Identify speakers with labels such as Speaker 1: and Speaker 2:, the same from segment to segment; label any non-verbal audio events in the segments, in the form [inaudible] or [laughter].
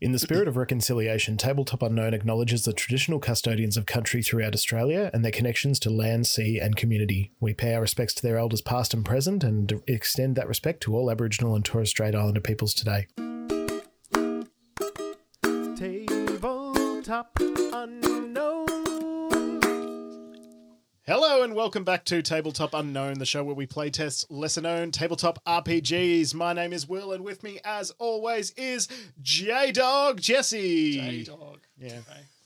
Speaker 1: In the spirit of reconciliation, Tabletop Unknown acknowledges the traditional custodians of country throughout Australia and their connections to land, sea, and community. We pay our respects to their elders past and present and extend that respect to all Aboriginal and Torres Strait Islander peoples today.
Speaker 2: Tabletop Unknown.
Speaker 1: Hello and welcome back to Tabletop Unknown, the show where we playtest lesser known tabletop RPGs. My name is Will, and with me, as always, is J Dog Jesse.
Speaker 3: J dog.
Speaker 1: Yeah.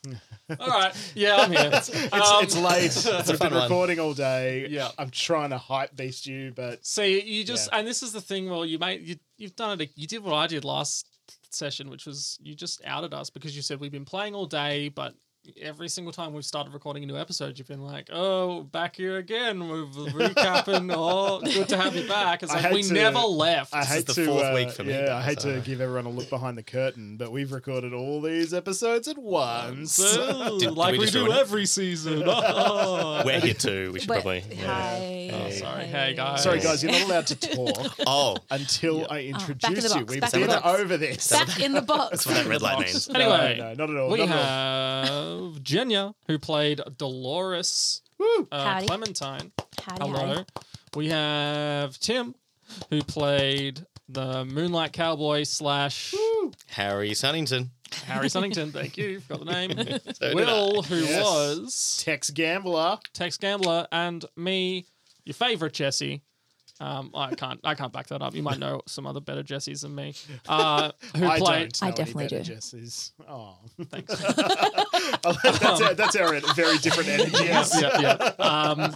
Speaker 1: [laughs]
Speaker 3: All right. Yeah, I'm here.
Speaker 1: It's,
Speaker 3: Um,
Speaker 1: it's
Speaker 3: [laughs]
Speaker 1: late. It's We've
Speaker 4: fun
Speaker 1: been
Speaker 4: one.
Speaker 1: recording all day.
Speaker 3: Yeah.
Speaker 1: I'm trying to hype beast you, but
Speaker 3: See, you just and this is the thing. Well, you made you you've done it. You did what I did last session, which was you just outed us because you said we've been playing all day, but every single time we've started recording a new episode, you've been like, "Oh, back here again. We've
Speaker 1: [laughs]
Speaker 3: recapping. oh, good to have you back." It's
Speaker 1: I
Speaker 3: like
Speaker 1: hate
Speaker 3: we
Speaker 1: to-
Speaker 3: never left.
Speaker 1: I
Speaker 4: This is
Speaker 1: hate
Speaker 4: the
Speaker 1: to.
Speaker 4: fourth
Speaker 1: uh,
Speaker 4: week for me,
Speaker 1: yeah, I hate
Speaker 4: guys,
Speaker 1: to
Speaker 4: uh,
Speaker 1: give everyone a look behind the curtain, but we've recorded all these episodes
Speaker 4: Um,
Speaker 1: at once. [laughs]
Speaker 3: So,
Speaker 4: did
Speaker 3: like
Speaker 4: we
Speaker 3: we,
Speaker 4: just
Speaker 3: do
Speaker 4: ruin it?
Speaker 3: every season. [laughs] Oh.
Speaker 4: We're here too. We should
Speaker 5: But-
Speaker 4: probably. yeah.
Speaker 5: Hey.
Speaker 3: Oh, sorry. Hey, guys.
Speaker 1: Sorry, guys, you're not allowed to
Speaker 4: [laughs]
Speaker 1: talk
Speaker 4: Oh,
Speaker 1: until I
Speaker 5: Ah, back in the
Speaker 1: introduce you.
Speaker 5: box,
Speaker 1: We've
Speaker 5: back in
Speaker 1: been
Speaker 4: the box.
Speaker 1: over this.
Speaker 5: Back in the box.
Speaker 4: that's what that red light means.
Speaker 1: No,
Speaker 3: Anyway,
Speaker 1: no, not at all.
Speaker 3: we
Speaker 1: not at all.
Speaker 3: have Jenya, who played Dolores
Speaker 1: Woo.
Speaker 3: uh,
Speaker 5: Howdy.
Speaker 3: Clementine.
Speaker 5: Howdy,
Speaker 3: Hello.
Speaker 5: howdy.
Speaker 3: We have Tim, who played the Moonlight Cowboy slash
Speaker 4: Harry Sunnington.
Speaker 3: Harry Sunnington. Thank you, forgot the
Speaker 1: [laughs]
Speaker 3: name.
Speaker 4: So did
Speaker 3: Will, who
Speaker 1: Yes.
Speaker 3: was
Speaker 1: Tex Gambler.
Speaker 3: Tex Gambler, and me, your favorite Jesse. Um, I can't, I can't back that up. You might know some other better Jessies than me. Uh, who
Speaker 1: I
Speaker 3: played?
Speaker 1: don't. Know
Speaker 5: I definitely
Speaker 1: any better
Speaker 5: do.
Speaker 1: Jesses.
Speaker 4: [laughs]
Speaker 1: Oh, [laughs]
Speaker 3: Thanks.
Speaker 4: Um,
Speaker 1: that's, our, that's our very
Speaker 4: [laughs]
Speaker 1: different energy.
Speaker 3: yes, yeah, yeah. Um,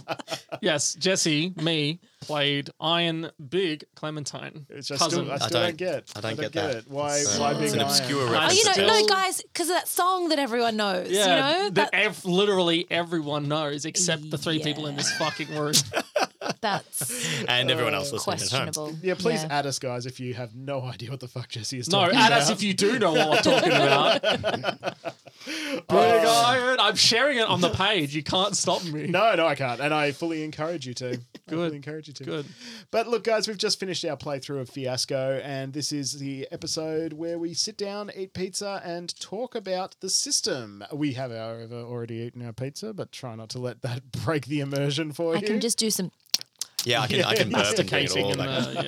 Speaker 3: yes, Jesse, me played Iron Big Clementine.
Speaker 1: Which I
Speaker 3: cousin.
Speaker 1: still, I still
Speaker 4: don't-
Speaker 1: don't get.
Speaker 4: I don't get that.
Speaker 1: it. Why?
Speaker 4: It's, uh,
Speaker 1: why
Speaker 4: it's
Speaker 1: big
Speaker 4: an
Speaker 1: iron?
Speaker 4: obscure
Speaker 3: Oh,
Speaker 5: Oh,
Speaker 4: reference.
Speaker 5: you
Speaker 4: to-
Speaker 5: know,
Speaker 3: Still-
Speaker 5: no, guys, because of that song that everyone knows. you know,
Speaker 3: that
Speaker 5: that,
Speaker 3: ev- literally everyone knows except the three people in this fucking
Speaker 5: [laughs]
Speaker 3: room.
Speaker 1: [laughs]
Speaker 5: that's
Speaker 4: and everyone else listening at home.
Speaker 5: questionable.
Speaker 1: Yeah, please add us, guys, if you have no idea what the fuck Jesse is
Speaker 3: no,
Speaker 1: talking
Speaker 3: add
Speaker 1: about.
Speaker 3: us if you do know what I'm talking about. Big iron. I'm sharing it on the page. You can't stop me.
Speaker 1: No, no, I can't, and I fully encourage you to. I
Speaker 3: Good.
Speaker 1: fully encourage you to.
Speaker 3: Good.
Speaker 1: But look, guys, we've just finished our playthrough of Fiasco, and this is the episode where we sit down, eat pizza, and talk about the system. We have, however, already eaten our pizza, but try not to let that [laughs] break the immersion for
Speaker 5: I
Speaker 1: you.
Speaker 5: can just do some
Speaker 4: Yeah, I can, I can
Speaker 1: Yeah,
Speaker 4: burp and get
Speaker 3: Casing and,
Speaker 4: all that.
Speaker 3: uh,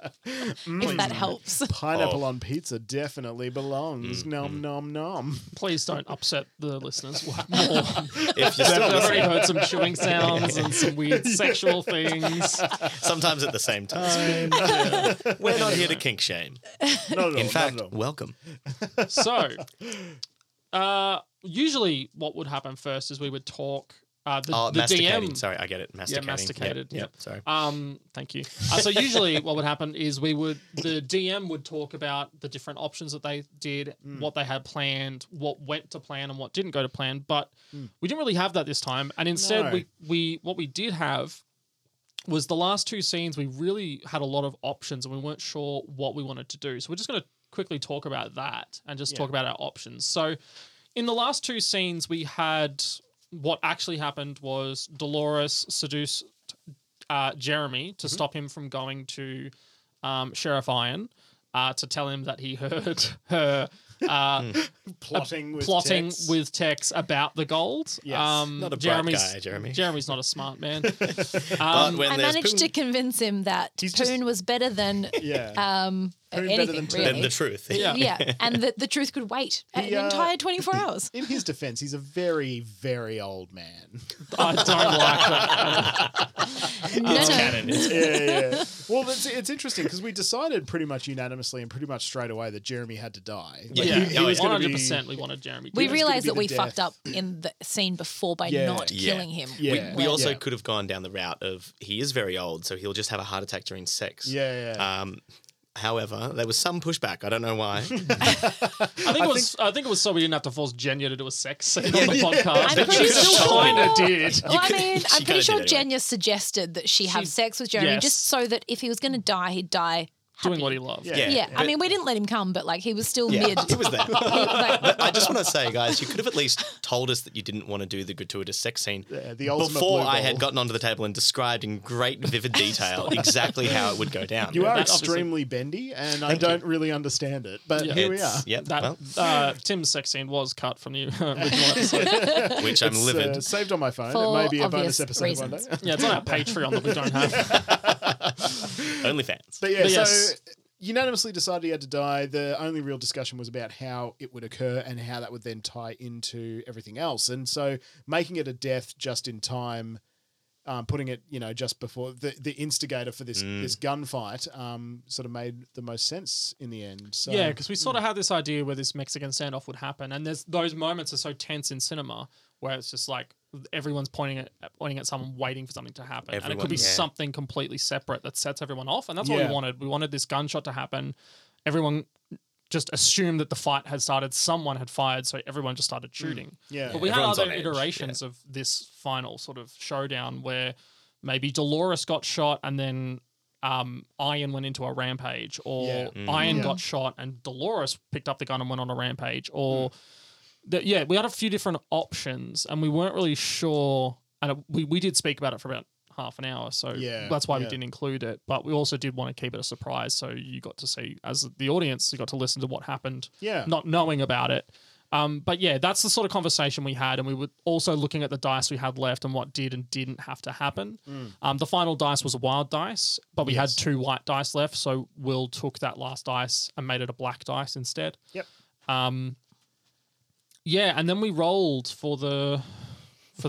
Speaker 3: yeah.
Speaker 1: Mm.
Speaker 5: if that helps.
Speaker 1: Pineapple
Speaker 4: Oh.
Speaker 1: on pizza definitely belongs.
Speaker 3: Mm-hmm.
Speaker 1: Nom nom nom.
Speaker 3: [laughs] Please don't upset
Speaker 1: [laughs]
Speaker 3: the listeners more.
Speaker 4: If you're still
Speaker 3: I've already
Speaker 4: listening,
Speaker 3: heard some chewing sounds and some weird sexual things.
Speaker 4: sometimes at the same time.
Speaker 1: uh,
Speaker 4: We're not here to kink shame.
Speaker 1: Not at all,
Speaker 4: In fact,
Speaker 1: not at all.
Speaker 4: welcome.
Speaker 3: So,
Speaker 4: [laughs]
Speaker 3: uh, usually what would happen first is we would talk. Uh, the,
Speaker 4: Oh,
Speaker 3: the
Speaker 4: masticating.
Speaker 3: DM.
Speaker 4: Sorry, I get it. Masticating.
Speaker 3: masticated,
Speaker 4: Yeah,
Speaker 3: yeah.
Speaker 4: yeah, sorry.
Speaker 3: Um, thank you. Uh, [laughs] so usually, what would happen is we would the DM would talk about the different options that they did, what they had planned, what went to plan, and what didn't go to plan. But we didn't really have that this time, and instead,
Speaker 1: No.
Speaker 3: we we what we did have was the last two scenes. We really had a lot of options, and we weren't sure what we wanted to do. So we're just going to quickly talk about that and just talk about our options. So in the last two scenes, we had what actually happened was Dolores seduced uh, Jeremy
Speaker 4: Mm-hmm.
Speaker 3: to stop him from going to um, Sheriff Iron uh, to tell him that he heard [laughs] her
Speaker 4: Hmm.
Speaker 3: uh,
Speaker 1: Plotting with
Speaker 3: plotting
Speaker 1: Tex.
Speaker 3: with Tex about the gold.
Speaker 1: Yes.
Speaker 3: Um,
Speaker 4: Not a bright
Speaker 3: Jeremy's,
Speaker 4: guy, Jeremy.
Speaker 3: Jeremy's not a smart man.
Speaker 4: But
Speaker 3: um,
Speaker 4: when
Speaker 5: I
Speaker 4: there's
Speaker 5: managed
Speaker 4: poon-
Speaker 5: to convince him that Poon
Speaker 1: He's just-
Speaker 5: was better than
Speaker 1: [laughs] Yeah.
Speaker 5: um,
Speaker 1: Poon
Speaker 5: anything,
Speaker 1: better than Toon.
Speaker 5: really.
Speaker 4: then
Speaker 1: [laughs]
Speaker 4: the truth.
Speaker 3: Yeah.
Speaker 5: yeah, and that the truth could wait
Speaker 1: He, uh,
Speaker 5: an entire
Speaker 1: [laughs]
Speaker 5: 24 hours.
Speaker 1: In his defense, he's a very, very old man.
Speaker 3: I don't like that.
Speaker 5: no, no.
Speaker 4: Canon. It's-
Speaker 1: yeah, yeah. Well, it's, it's interesting because we decided pretty much unanimously and pretty much straight away that Jeremy had to die. Like,
Speaker 3: Yeah,
Speaker 1: he, he
Speaker 4: Oh,
Speaker 1: was gonna be-
Speaker 3: 100% we wanted Jeremy.
Speaker 5: We
Speaker 1: was
Speaker 3: dead.
Speaker 1: gonna
Speaker 5: realized
Speaker 1: be
Speaker 5: that
Speaker 1: the
Speaker 5: we
Speaker 1: death.
Speaker 5: fucked up in the scene before by
Speaker 1: Yeah.
Speaker 5: not
Speaker 4: Yeah.
Speaker 5: killing him.
Speaker 1: Yeah.
Speaker 4: We also
Speaker 1: Yeah.
Speaker 4: could have gone down the route of he is very old, so he'll just have a heart attack during sex.
Speaker 1: Yeah, yeah.
Speaker 4: Um, however, there was some pushback. I don't know why.
Speaker 3: I think it was. I think it was so we didn't have to force Jenya to do a sex scene on the
Speaker 5: I'm
Speaker 3: podcast.
Speaker 5: pretty
Speaker 3: she still
Speaker 5: sure-
Speaker 3: kind of did.
Speaker 5: Well, I mean,
Speaker 4: she
Speaker 5: I'm
Speaker 4: kinda
Speaker 5: pretty sure
Speaker 4: did anyway.
Speaker 5: Jenya suggested that she have
Speaker 3: She-
Speaker 5: sex with Jeremy
Speaker 3: yes.
Speaker 5: just so that if he was going to die, he'd die
Speaker 3: doing what he loved.
Speaker 1: Yeah.
Speaker 5: Yeah, I
Speaker 4: but-
Speaker 5: mean, we didn't let him come, but like he was still
Speaker 4: Yeah,
Speaker 5: mid.
Speaker 4: it was there.
Speaker 5: [laughs] He- like,
Speaker 4: But I just want to say, guys, you could have at least told us that you didn't want to do the gratuitous sex scene
Speaker 1: Yeah, the ultimate
Speaker 4: before
Speaker 1: blue
Speaker 4: I
Speaker 1: ball.
Speaker 4: had gotten onto the table and described in great, vivid detail exactly how it would go down.
Speaker 1: You are
Speaker 3: that obviously-
Speaker 1: extremely bendy, and I
Speaker 4: Thank you.
Speaker 1: don't really understand it, but
Speaker 3: Yeah.
Speaker 1: here we are.
Speaker 4: It's- Yep,
Speaker 3: That [laughs]
Speaker 4: well,
Speaker 3: uh, Tim's sex scene was cut from the [laughs] original episode.
Speaker 4: which I'm
Speaker 1: It's,
Speaker 4: livid.
Speaker 1: uh, saved on my phone.
Speaker 5: For
Speaker 1: it may be a bonus
Speaker 5: obvious
Speaker 1: episode one
Speaker 5: reasons.
Speaker 1: day.
Speaker 3: Yeah, it's on our Patreon that we don't have.
Speaker 4: Only fans.
Speaker 1: But yeah,
Speaker 3: But
Speaker 1: so
Speaker 3: yes.
Speaker 1: unanimously decided he had to die. The only real discussion was about how it would occur and how that would then tie into everything else. And so making it a death just in time, um, putting it, you know, just before the, the instigator for this
Speaker 4: Mm.
Speaker 1: this gunfight um, sort of made the most sense in the end. So
Speaker 3: Yeah, because we sort of had this idea where this Mexican standoff would happen, and there's those moments are so tense in cinema where it's just like everyone's pointing at pointing at someone, waiting for something to happen, and it
Speaker 4: Everyone,
Speaker 3: could be
Speaker 4: yeah.
Speaker 3: something completely separate that sets everyone off, and that's what
Speaker 1: Yeah.
Speaker 3: we wanted. We wanted this gunshot to happen. Everyone just assumed that the fight had started. Someone had fired, so everyone just started shooting.
Speaker 1: Mm. yeah.
Speaker 3: But we
Speaker 4: Everyone's
Speaker 3: had
Speaker 4: on
Speaker 3: other
Speaker 4: edge,
Speaker 3: iterations of this final sort of showdown where maybe Dolores got shot and then um, Iron went into a rampage, or
Speaker 1: Yeah.
Speaker 4: Mm.
Speaker 3: Iron
Speaker 5: Yeah.
Speaker 3: got shot and Dolores picked up the gun and went on a rampage,
Speaker 1: Mm.
Speaker 3: or that yeah, we had a few different options and we weren't really sure. And it, we we did speak about it for about half an hour, so
Speaker 1: Yeah,
Speaker 3: that's why
Speaker 1: yeah.
Speaker 3: we didn't include it. But we also did want to keep it a surprise, so you got to see as the audience, you got to listen to what happened
Speaker 1: yeah.
Speaker 3: not knowing about it. Um, but yeah, that's the sort of conversation we had, and we were also looking at the dice we had left and what did and didn't have to happen.
Speaker 1: Mm.
Speaker 3: Um, the final dice was a wild dice, but we
Speaker 1: Yes.
Speaker 3: had two white dice left, so Will took that last dice and made it a black dice instead.
Speaker 1: Yep.
Speaker 3: Um, yeah, and then we rolled for the for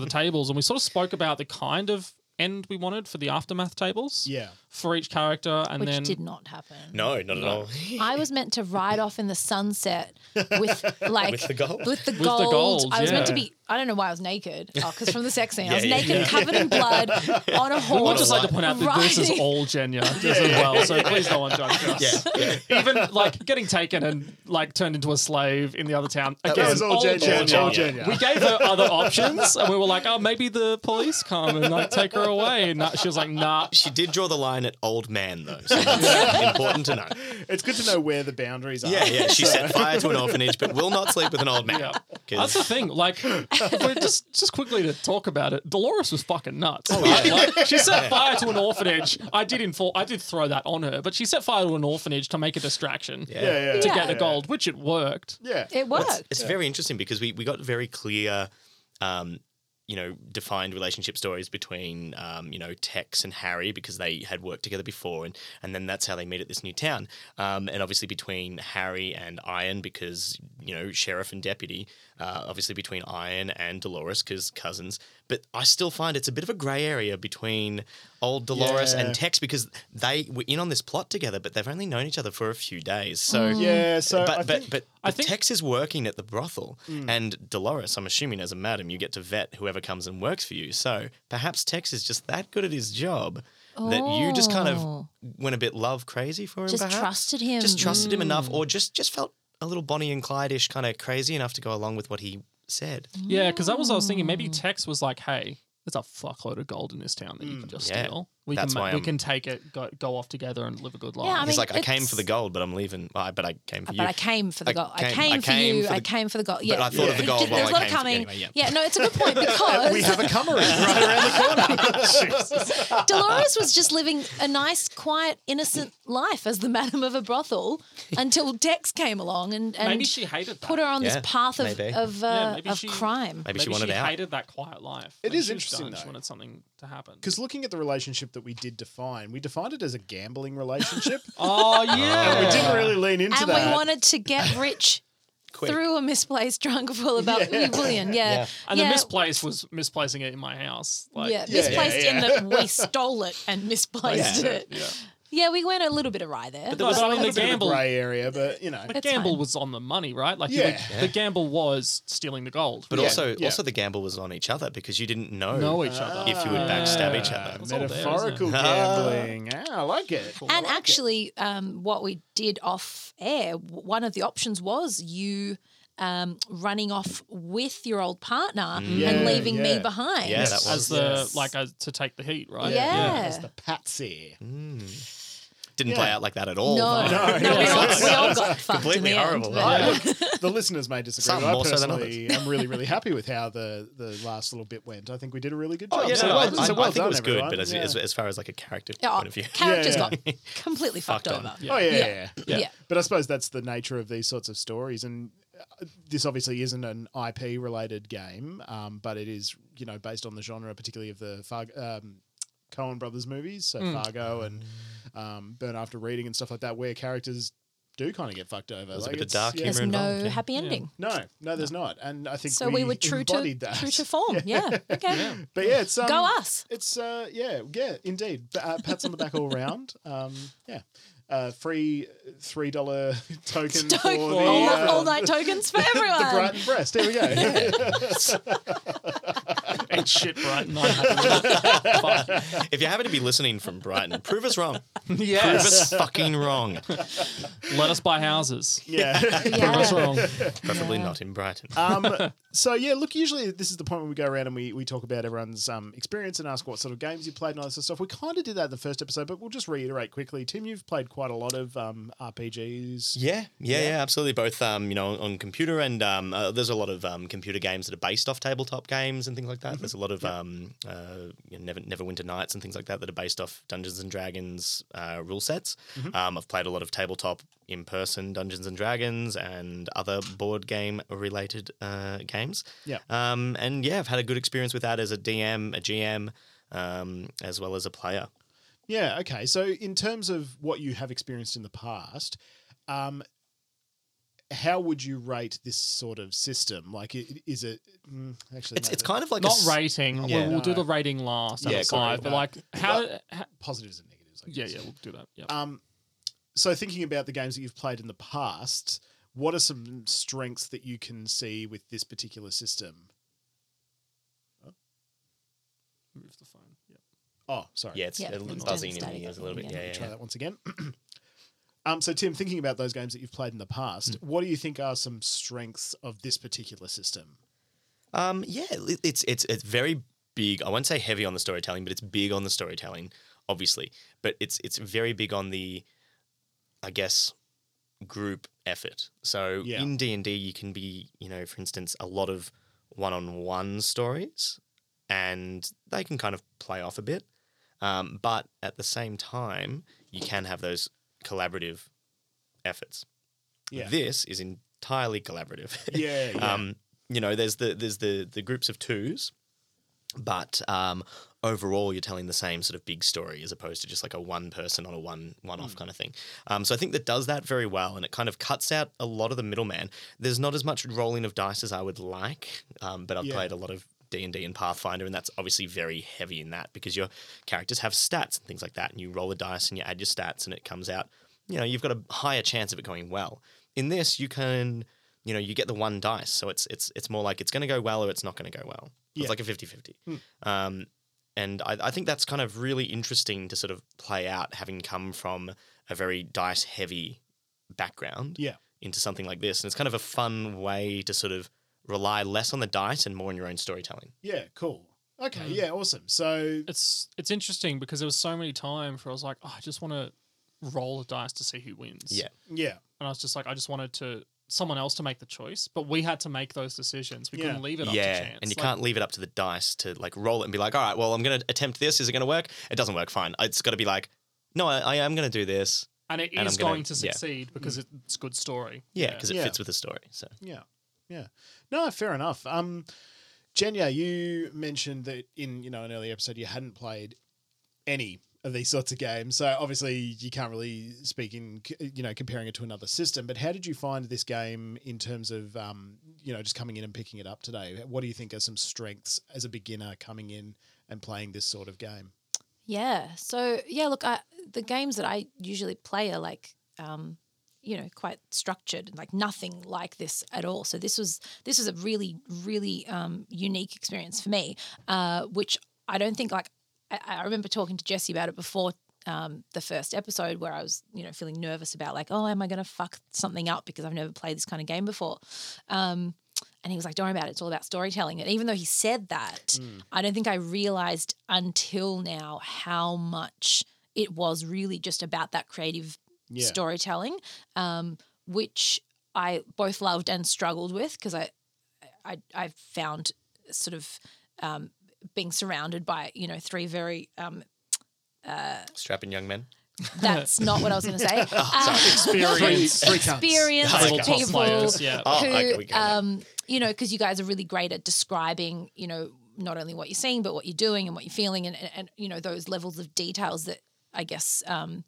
Speaker 1: [laughs]
Speaker 3: the tables, and we sort of spoke about the kind of end we wanted for the aftermath tables
Speaker 1: Yeah.
Speaker 3: for each character, and
Speaker 5: which
Speaker 3: then
Speaker 5: did not happen.
Speaker 4: No, not at all. [laughs]
Speaker 5: I was meant to ride off in the sunset with like
Speaker 4: With the gold.
Speaker 5: with the
Speaker 3: the
Speaker 5: gold.
Speaker 3: gold,
Speaker 5: I was meant to
Speaker 3: yeah.
Speaker 5: be. I don't know why I was naked. Oh, because from the sex scene, I
Speaker 4: Yeah,
Speaker 5: was
Speaker 4: yeah,
Speaker 5: naked,
Speaker 4: yeah.
Speaker 5: covered in blood, on a horse.
Speaker 3: I would just like to point out that this is
Speaker 5: riding-
Speaker 3: all Jenya as well, so please no one judge us.
Speaker 4: Yeah,
Speaker 3: [laughs]
Speaker 4: yeah.
Speaker 3: Even like getting taken and like turned into a slave in the other town. Again,
Speaker 1: That was all
Speaker 3: old
Speaker 1: Jen
Speaker 4: Jen,
Speaker 1: Jen. all
Speaker 4: Jen,
Speaker 1: Jen, yeah.
Speaker 3: We gave her other options, and we were like, "Oh, maybe the police come and like take her away." And that, she was like, "Nah."
Speaker 4: She did draw the line at old man, though. So that's important to know.
Speaker 1: It's good to know where the boundaries are.
Speaker 4: Yeah, yeah. She set fire to an orphanage, but will not sleep with an old man.
Speaker 3: Yeah.
Speaker 4: 'Cause-
Speaker 3: That's the thing. Like, if we're just just quickly to talk about it, Dolores was fucking nuts.
Speaker 4: yeah.
Speaker 3: Like, she set fire to an orphanage. I did infor- I did throw that on her, but she set fire to an orphanage to make a distraction
Speaker 1: Yeah. Yeah.
Speaker 3: to
Speaker 5: Yeah.
Speaker 3: get the gold, which it worked.
Speaker 1: Yeah.
Speaker 5: It
Speaker 4: Well,
Speaker 5: worked.
Speaker 4: it's- It's, very interesting because we, we got very clear, um, you know, defined relationship stories between, um, you know, Tex and Harry because they had worked together before, and and then that's how they meet at this new town. Um, and obviously between Harry and Iron because you know sheriff and deputy. Uh, obviously between Iron and Dolores because cousins. But I still find it's a bit of a grey area between old Dolores
Speaker 1: Yeah.
Speaker 4: and Tex because they were in on this plot together, but they've only known each other for a few days. So
Speaker 2: Mm.
Speaker 1: Yeah, so
Speaker 4: but,
Speaker 1: I
Speaker 4: but,
Speaker 1: think-
Speaker 4: but
Speaker 3: I
Speaker 4: but
Speaker 3: think-
Speaker 4: Tex is working at the brothel, and Dolores, I'm assuming as a madam, you get to vet whoever comes and works for you. So perhaps Tex is just that good at his job that you just kind of
Speaker 5: Oh.
Speaker 4: went a bit love crazy for him.
Speaker 5: Just
Speaker 4: perhaps?
Speaker 5: trusted him. Mm.
Speaker 4: Just trusted him enough, or just just felt a little Bonnie and Clyde-ish kind of crazy enough to go along with what he said.
Speaker 3: Yeah, because that was what I was thinking. Maybe
Speaker 5: Hmm.
Speaker 3: Tex was like, "Hey, there's a fuckload of gold in this town that you can just
Speaker 4: Hmm, Yeah.
Speaker 3: steal. We
Speaker 4: That's
Speaker 3: can
Speaker 4: why
Speaker 3: ma- we
Speaker 4: I'm-
Speaker 3: can take it, go, go off together, and live a good life."
Speaker 5: I
Speaker 4: He's
Speaker 5: mean,
Speaker 4: like, I came
Speaker 5: it's-
Speaker 4: for the gold, but I'm leaving. Well, I- but I came for
Speaker 5: But
Speaker 4: you.
Speaker 5: I came for the
Speaker 4: I
Speaker 5: goal. I
Speaker 4: came-
Speaker 5: came,
Speaker 4: I
Speaker 5: for
Speaker 4: came
Speaker 5: you.
Speaker 4: for
Speaker 5: I
Speaker 4: the-
Speaker 5: came for the goal. Yeah,
Speaker 4: I thought of the
Speaker 5: It
Speaker 4: goal
Speaker 5: did-
Speaker 4: while
Speaker 5: There's
Speaker 4: I
Speaker 5: a lot
Speaker 4: came
Speaker 5: of
Speaker 4: for the-
Speaker 5: coming.
Speaker 4: anyway, yeah.
Speaker 5: yeah. no, it's a
Speaker 4: [laughs]
Speaker 5: good point because
Speaker 1: we have a comer right around the corner.
Speaker 5: [laughs] Dolores was just living a nice, quiet, innocent life as the madam of a brothel until Dex came along and, and
Speaker 3: maybe she hated that.
Speaker 5: put her on
Speaker 4: Yeah,
Speaker 5: this path of
Speaker 4: maybe.
Speaker 5: of,
Speaker 3: Yeah,
Speaker 5: uh,
Speaker 3: maybe
Speaker 5: of
Speaker 3: she-
Speaker 5: crime.
Speaker 4: Maybe, she wanted out.
Speaker 3: hated that quiet life.
Speaker 1: It
Speaker 3: It
Speaker 1: is
Speaker 3: is
Speaker 1: interesting,
Speaker 3: She
Speaker 1: though.
Speaker 3: wanted something to happen.
Speaker 1: Because looking at the relationship that we did define, we defined it as a gambling relationship.
Speaker 3: Oh
Speaker 1: [laughs]
Speaker 3: yeah,
Speaker 1: we didn't really lean into
Speaker 5: And
Speaker 1: that.
Speaker 5: we wanted
Speaker 4: [laughs]
Speaker 5: to get rich
Speaker 4: Quick.
Speaker 5: through a misplaced drunk full of bul-
Speaker 1: Yeah.
Speaker 5: bullion.
Speaker 4: [laughs]
Speaker 5: Yeah.
Speaker 4: Yeah.
Speaker 3: And
Speaker 5: Yeah.
Speaker 3: the misplace was misplacing it in my house. Like,
Speaker 5: yeah,
Speaker 1: Yeah,
Speaker 5: misplaced
Speaker 1: yeah,
Speaker 5: in that we stole it and
Speaker 4: [laughs]
Speaker 5: misplaced
Speaker 4: Yeah.
Speaker 5: it.
Speaker 3: yeah.
Speaker 5: Yeah, we went a little bit awry there.
Speaker 4: there
Speaker 3: was-
Speaker 5: but-
Speaker 3: I mean,
Speaker 1: That's
Speaker 3: the
Speaker 1: a bit of a
Speaker 3: gamble-
Speaker 1: grey area, but you know,
Speaker 5: It's
Speaker 3: gamble
Speaker 5: fine.
Speaker 3: was on the money, right? Like,
Speaker 1: Yeah.
Speaker 3: the, the gamble was stealing the gold.
Speaker 4: But
Speaker 1: Yeah,
Speaker 4: also,
Speaker 1: yeah.
Speaker 4: also the gamble was on each other because you didn't know.
Speaker 3: know each other.
Speaker 4: If you would backstab each
Speaker 2: Uh,
Speaker 4: other.
Speaker 2: Ah,
Speaker 3: It's all there, isn't it?
Speaker 1: metaphorical gambling. Ah, I like it.
Speaker 5: And actually, um, what we did off air, w- one of the options was you um, running off with your old partner
Speaker 1: Yeah,
Speaker 5: and leaving
Speaker 1: yeah.
Speaker 5: me behind.
Speaker 4: Yeah, that was-
Speaker 3: As the
Speaker 1: Yes.
Speaker 3: like as, to take the heat, right?
Speaker 5: Yeah.
Speaker 1: It's the patsy.
Speaker 4: Mm. didn't
Speaker 2: Yeah.
Speaker 4: play out like that at all.
Speaker 5: No,
Speaker 4: though.
Speaker 5: no,
Speaker 2: No,
Speaker 5: we, all, we all got
Speaker 4: It's
Speaker 5: fucked in
Speaker 4: completely
Speaker 5: the
Speaker 4: horrible.
Speaker 5: end.
Speaker 2: Right,
Speaker 5: Yeah.
Speaker 2: look, the listeners may disagree.
Speaker 4: Some
Speaker 2: but I
Speaker 4: more so than
Speaker 2: personally, I'm really, really happy with how the, the last little bit went. I think we did a really good job.
Speaker 4: Oh, yeah,
Speaker 2: so
Speaker 4: no,
Speaker 2: well,
Speaker 4: I, I-
Speaker 2: so
Speaker 4: I
Speaker 2: well
Speaker 4: think
Speaker 2: done,
Speaker 4: it was good,
Speaker 2: everyone.
Speaker 4: but as,
Speaker 2: Yeah.
Speaker 4: as, as far as like a character
Speaker 5: Yeah,
Speaker 4: point of view,
Speaker 5: Characters
Speaker 2: Yeah,
Speaker 5: got completely fucked,
Speaker 4: Fucked on.
Speaker 5: over.
Speaker 2: Oh yeah, yeah,
Speaker 5: Yeah.
Speaker 2: yeah.
Speaker 5: Yeah.
Speaker 2: But I suppose that's the nature of these sorts of stories, and uh, this obviously isn't an IP related game, um, but it is you know based on the genre, particularly of the Fargo, um, Cohen brothers movies, so
Speaker 3: Mm.
Speaker 2: Fargo and um, Burn After Reading and stuff like that, where characters do kind of get fucked over.
Speaker 4: There's a
Speaker 2: Like,
Speaker 4: bit of
Speaker 2: it's-
Speaker 4: dark
Speaker 2: yeah.
Speaker 5: There's
Speaker 4: Humor
Speaker 5: no
Speaker 4: involved, yeah.
Speaker 5: happy
Speaker 3: Yeah.
Speaker 5: ending.
Speaker 2: No, no, there's not, and I think
Speaker 5: So we, were true to
Speaker 2: embodied that.
Speaker 5: true to form. Yeah. Okay.
Speaker 3: Yeah.
Speaker 2: [laughs] But yeah, it's um,
Speaker 5: Go us. [laughs]
Speaker 2: It's uh, yeah, yeah, indeed. B- Uh, pats on the back all round. Um, yeah, uh, free three dollar [laughs] token for the,
Speaker 5: all,
Speaker 2: uh,
Speaker 5: all night tokens
Speaker 2: [laughs]
Speaker 5: for everyone.
Speaker 2: the Brighton breast. There we go. [laughs]
Speaker 4: and shit, Brighton.
Speaker 1: [laughs]
Speaker 3: Not happy.
Speaker 4: if you happen to be listening from Brighton, prove us
Speaker 2: [laughs]
Speaker 4: wrong. Prove
Speaker 3: yes.
Speaker 4: us fucking wrong.
Speaker 3: Let us buy
Speaker 4: [laughs]
Speaker 3: houses.
Speaker 2: yeah.
Speaker 3: Prove us wrong.
Speaker 4: Preferably
Speaker 5: Yeah.
Speaker 4: not in Brighton.
Speaker 2: Um, so yeah, look. Usually, this is the point where we go around and we, we talk about everyone's um, experience and ask what sort of games you played and all this sort of stuff. We kind of did that in the first episode, but we'll just reiterate quickly. Tim, you've played quite a lot of um, RPGs.
Speaker 4: Yeah, yeah, yeah, absolutely. Both, um, you know, on computer and um, uh, there's a lot of um, computer games that are based off tabletop games and things like that. There's a lot of um, uh, you know, Never Neverwinter Nights and things like that that are based off Dungeons and Dragons uh, rule sets. Um, I've played a lot of tabletop in person Dungeons and Dragons and other board game related uh, games.
Speaker 2: Yeah.
Speaker 4: Um, and yeah, I've had a good experience with that as a DM, a GM, um, as well as a player.
Speaker 2: Yeah, okay. So in terms of what you have experienced in the past, um, how would you rate this sort of system? Like, i- is it mm, actually
Speaker 4: It's, it's kind of like a
Speaker 3: Not
Speaker 4: s-
Speaker 3: rating.
Speaker 4: Yeah.
Speaker 3: We'll, we'll do the rating last.
Speaker 4: Yeah,
Speaker 3: Yeah, five.
Speaker 2: correct.
Speaker 3: But like, how, how?
Speaker 2: of positives and negatives? I
Speaker 3: Yeah,
Speaker 2: guess.
Speaker 3: yeah, we'll do that. Yeah.
Speaker 2: Um, so thinking about the games that you've played in the past, what are some strengths that you can see with this particular system?
Speaker 3: Move the phone. Yeah.
Speaker 2: Oh, sorry.
Speaker 4: Yeah, it's
Speaker 5: Yeah,
Speaker 4: a little
Speaker 5: it's
Speaker 4: buzzing in
Speaker 5: devastating.
Speaker 4: the ears a little bit.
Speaker 5: Yeah.
Speaker 4: Yeah, yeah,
Speaker 2: Try
Speaker 4: yeah.
Speaker 2: that once again. [clears throat] um, so Tim, thinking about those games that you've played in the past,
Speaker 4: Hmm.
Speaker 2: what do you think are some strengths of this particular system?
Speaker 4: Um, yeah, it- it's it's it's very big. I won't say heavy on the storytelling, but it's big on the storytelling, obviously. But it's it's very big on the, I guess, group effort. So
Speaker 2: Yeah.
Speaker 4: in D and D, you can be, you know, for instance, a lot of one-on-one stories, and they can kind of play off a bit. Um, but at the same time, you can have those collaborative efforts.
Speaker 2: Yeah.
Speaker 4: This is entirely collaborative. [laughs]
Speaker 2: Yeah, yeah.
Speaker 4: Um, you know, there's the there's the the groups of twos, but um, overall you're telling the same sort of big story as opposed to just like a one person on a one one
Speaker 2: Mm.
Speaker 4: off kind of thing. Um, so I think that does that very well, and it kind of cuts out a lot of the middleman. There's not as much rolling of dice as I would like, um, but I've
Speaker 2: Yeah.
Speaker 4: played a lot of. D and D and Pathfinder, and that's obviously very heavy in that because your characters have stats and things like that, and you roll a dice and you add your stats, and it comes out. You know, you've got a higher chance of it going well. In this, you can you know you get the one dice so it's it's it's more like it's going to go well or it's not going to go well
Speaker 2: Yeah.
Speaker 4: it's like a 50-50 um, and I, I think that's kind of really interesting to sort of play out having come from a very dice heavy background
Speaker 2: Yeah.
Speaker 4: into something like this and it's kind of a fun way to sort of rely less on the dice and more on your own storytelling
Speaker 2: Yeah, cool. Okay,
Speaker 3: Mm.
Speaker 2: yeah, awesome. So
Speaker 3: It's it's interesting because there was so many times where I was like, oh, I just want to roll a dice to see who wins.
Speaker 4: Yeah.
Speaker 2: yeah,
Speaker 3: And I was just like, I just wanted to someone else to make the choice, but we had to make those decisions. We
Speaker 2: Yeah.
Speaker 3: couldn't leave it up to chance.
Speaker 4: and you
Speaker 3: Like,
Speaker 4: can't leave it up to the dice to like roll it and be like all right well i'm going to attempt this is it going to work it doesn't work fine it's got to be like no i, I am going to do this
Speaker 3: And it
Speaker 4: and
Speaker 3: is
Speaker 4: I'm gonna-
Speaker 3: going to
Speaker 4: yeah.
Speaker 3: succeed because it's good story.
Speaker 4: yeah because
Speaker 2: Yeah.
Speaker 4: it fits with the story so
Speaker 2: yeah, yeah. No, fair enough. Um, Jenya, you mentioned that in you know an early episode you hadn't played any of these sorts of games, so obviously you can't really speak in c- you know comparing it to another system. But how did you find this game in terms of um, you know just coming in and picking it up today? What do you think are some strengths as a beginner coming in and playing this sort of game?
Speaker 5: Yeah. So yeah, look, I, the games that I usually play are like, um, you know, quite structured, like nothing like this at all. So this was this was a really really um, unique experience for me, uh, which I don't think like I, I remember talking to Jesse about it before. Um, the first episode where I was, you know, feeling nervous about like, oh, am I going to fuck something up because I've never played this kind of game before? Um, and he was like, don't worry about it. It's all about storytelling. And even though he said that, I don't think I realized until now how much it was really just about that creative
Speaker 2: Yeah.
Speaker 5: storytelling, um, which I both loved and struggled with because I, I, I found sort of um, being surrounded by you know three very um, uh,
Speaker 4: [laughs] Strapping young men.
Speaker 5: that's not what I was going to say Uh,
Speaker 3: Experience.
Speaker 2: Three cunts.
Speaker 5: experienced
Speaker 4: High class
Speaker 5: people
Speaker 3: players, yeah.
Speaker 4: Oh,
Speaker 5: who
Speaker 4: okay, we get it.
Speaker 5: um, you know because you guys are really great at describing you know not only what you're seeing but what you're doing and what you're feeling and and, and you know those levels of details that I guess um,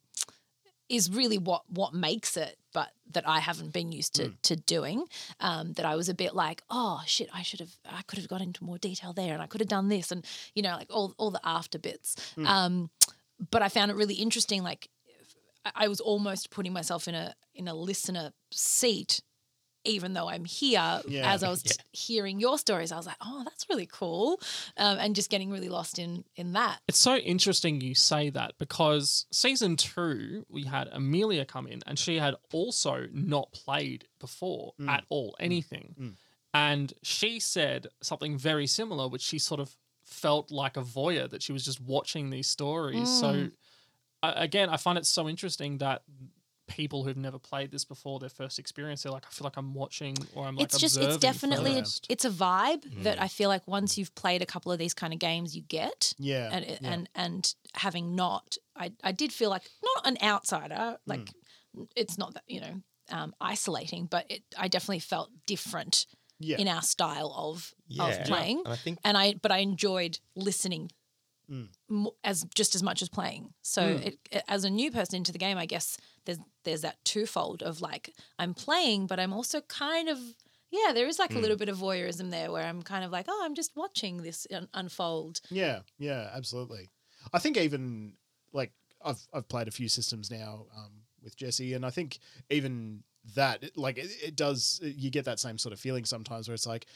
Speaker 5: is really what what makes it but that I haven't been used
Speaker 4: Hmm.
Speaker 5: to to doing um, that I was a bit like oh shit I should have I could have gone into more detail there and I could have done this and you know like all all the after bits
Speaker 4: Hmm.
Speaker 5: um, but I found it really interesting like I- I was almost putting myself in a in a listener seat, even though I'm here.
Speaker 2: [laughs] Yeah.
Speaker 5: As I was t- hearing your stories, I was like, "Oh, that's really cool," um, and just getting really lost in in that.
Speaker 3: It's so interesting you say that because season two, we had Amelia come in and she had also not played before at all, anything. And she said something very similar, which she sort of felt like a voyeur that she was just watching these stories. So, I, again, I find it so interesting that people who've never played this before, their first experience, they're like, I feel like I'm watching or I'm like,
Speaker 5: it's just it's
Speaker 3: observing
Speaker 5: definitely a,
Speaker 3: first."
Speaker 5: it's a vibe
Speaker 2: Mm.
Speaker 5: that I feel like once you've played a couple of these kind of games, you get.
Speaker 2: Yeah.
Speaker 5: and it
Speaker 2: yeah.
Speaker 5: and and having not, I I did feel like not an
Speaker 2: Mm.
Speaker 5: outsider. Like it's not that you know um, isolating, but it I definitely felt different
Speaker 2: Yeah.
Speaker 5: in our style of
Speaker 4: Yeah.
Speaker 5: of playing.
Speaker 4: And I think
Speaker 5: and I but I enjoyed listening
Speaker 2: Mm.
Speaker 5: mo- as just as much as playing. So it, it- as a new person into the game, I guess there's there's that twofold of like I'm playing, but I'm also kind of yeah, there is like a little bit of voyeurism there where I'm kind of like oh, I'm just watching this un- unfold.
Speaker 2: Yeah, yeah, absolutely. I think even like I've I've played a few systems now um, with Jesse, and I think even that it- like it, it does you get that same sort of feeling sometimes where it's like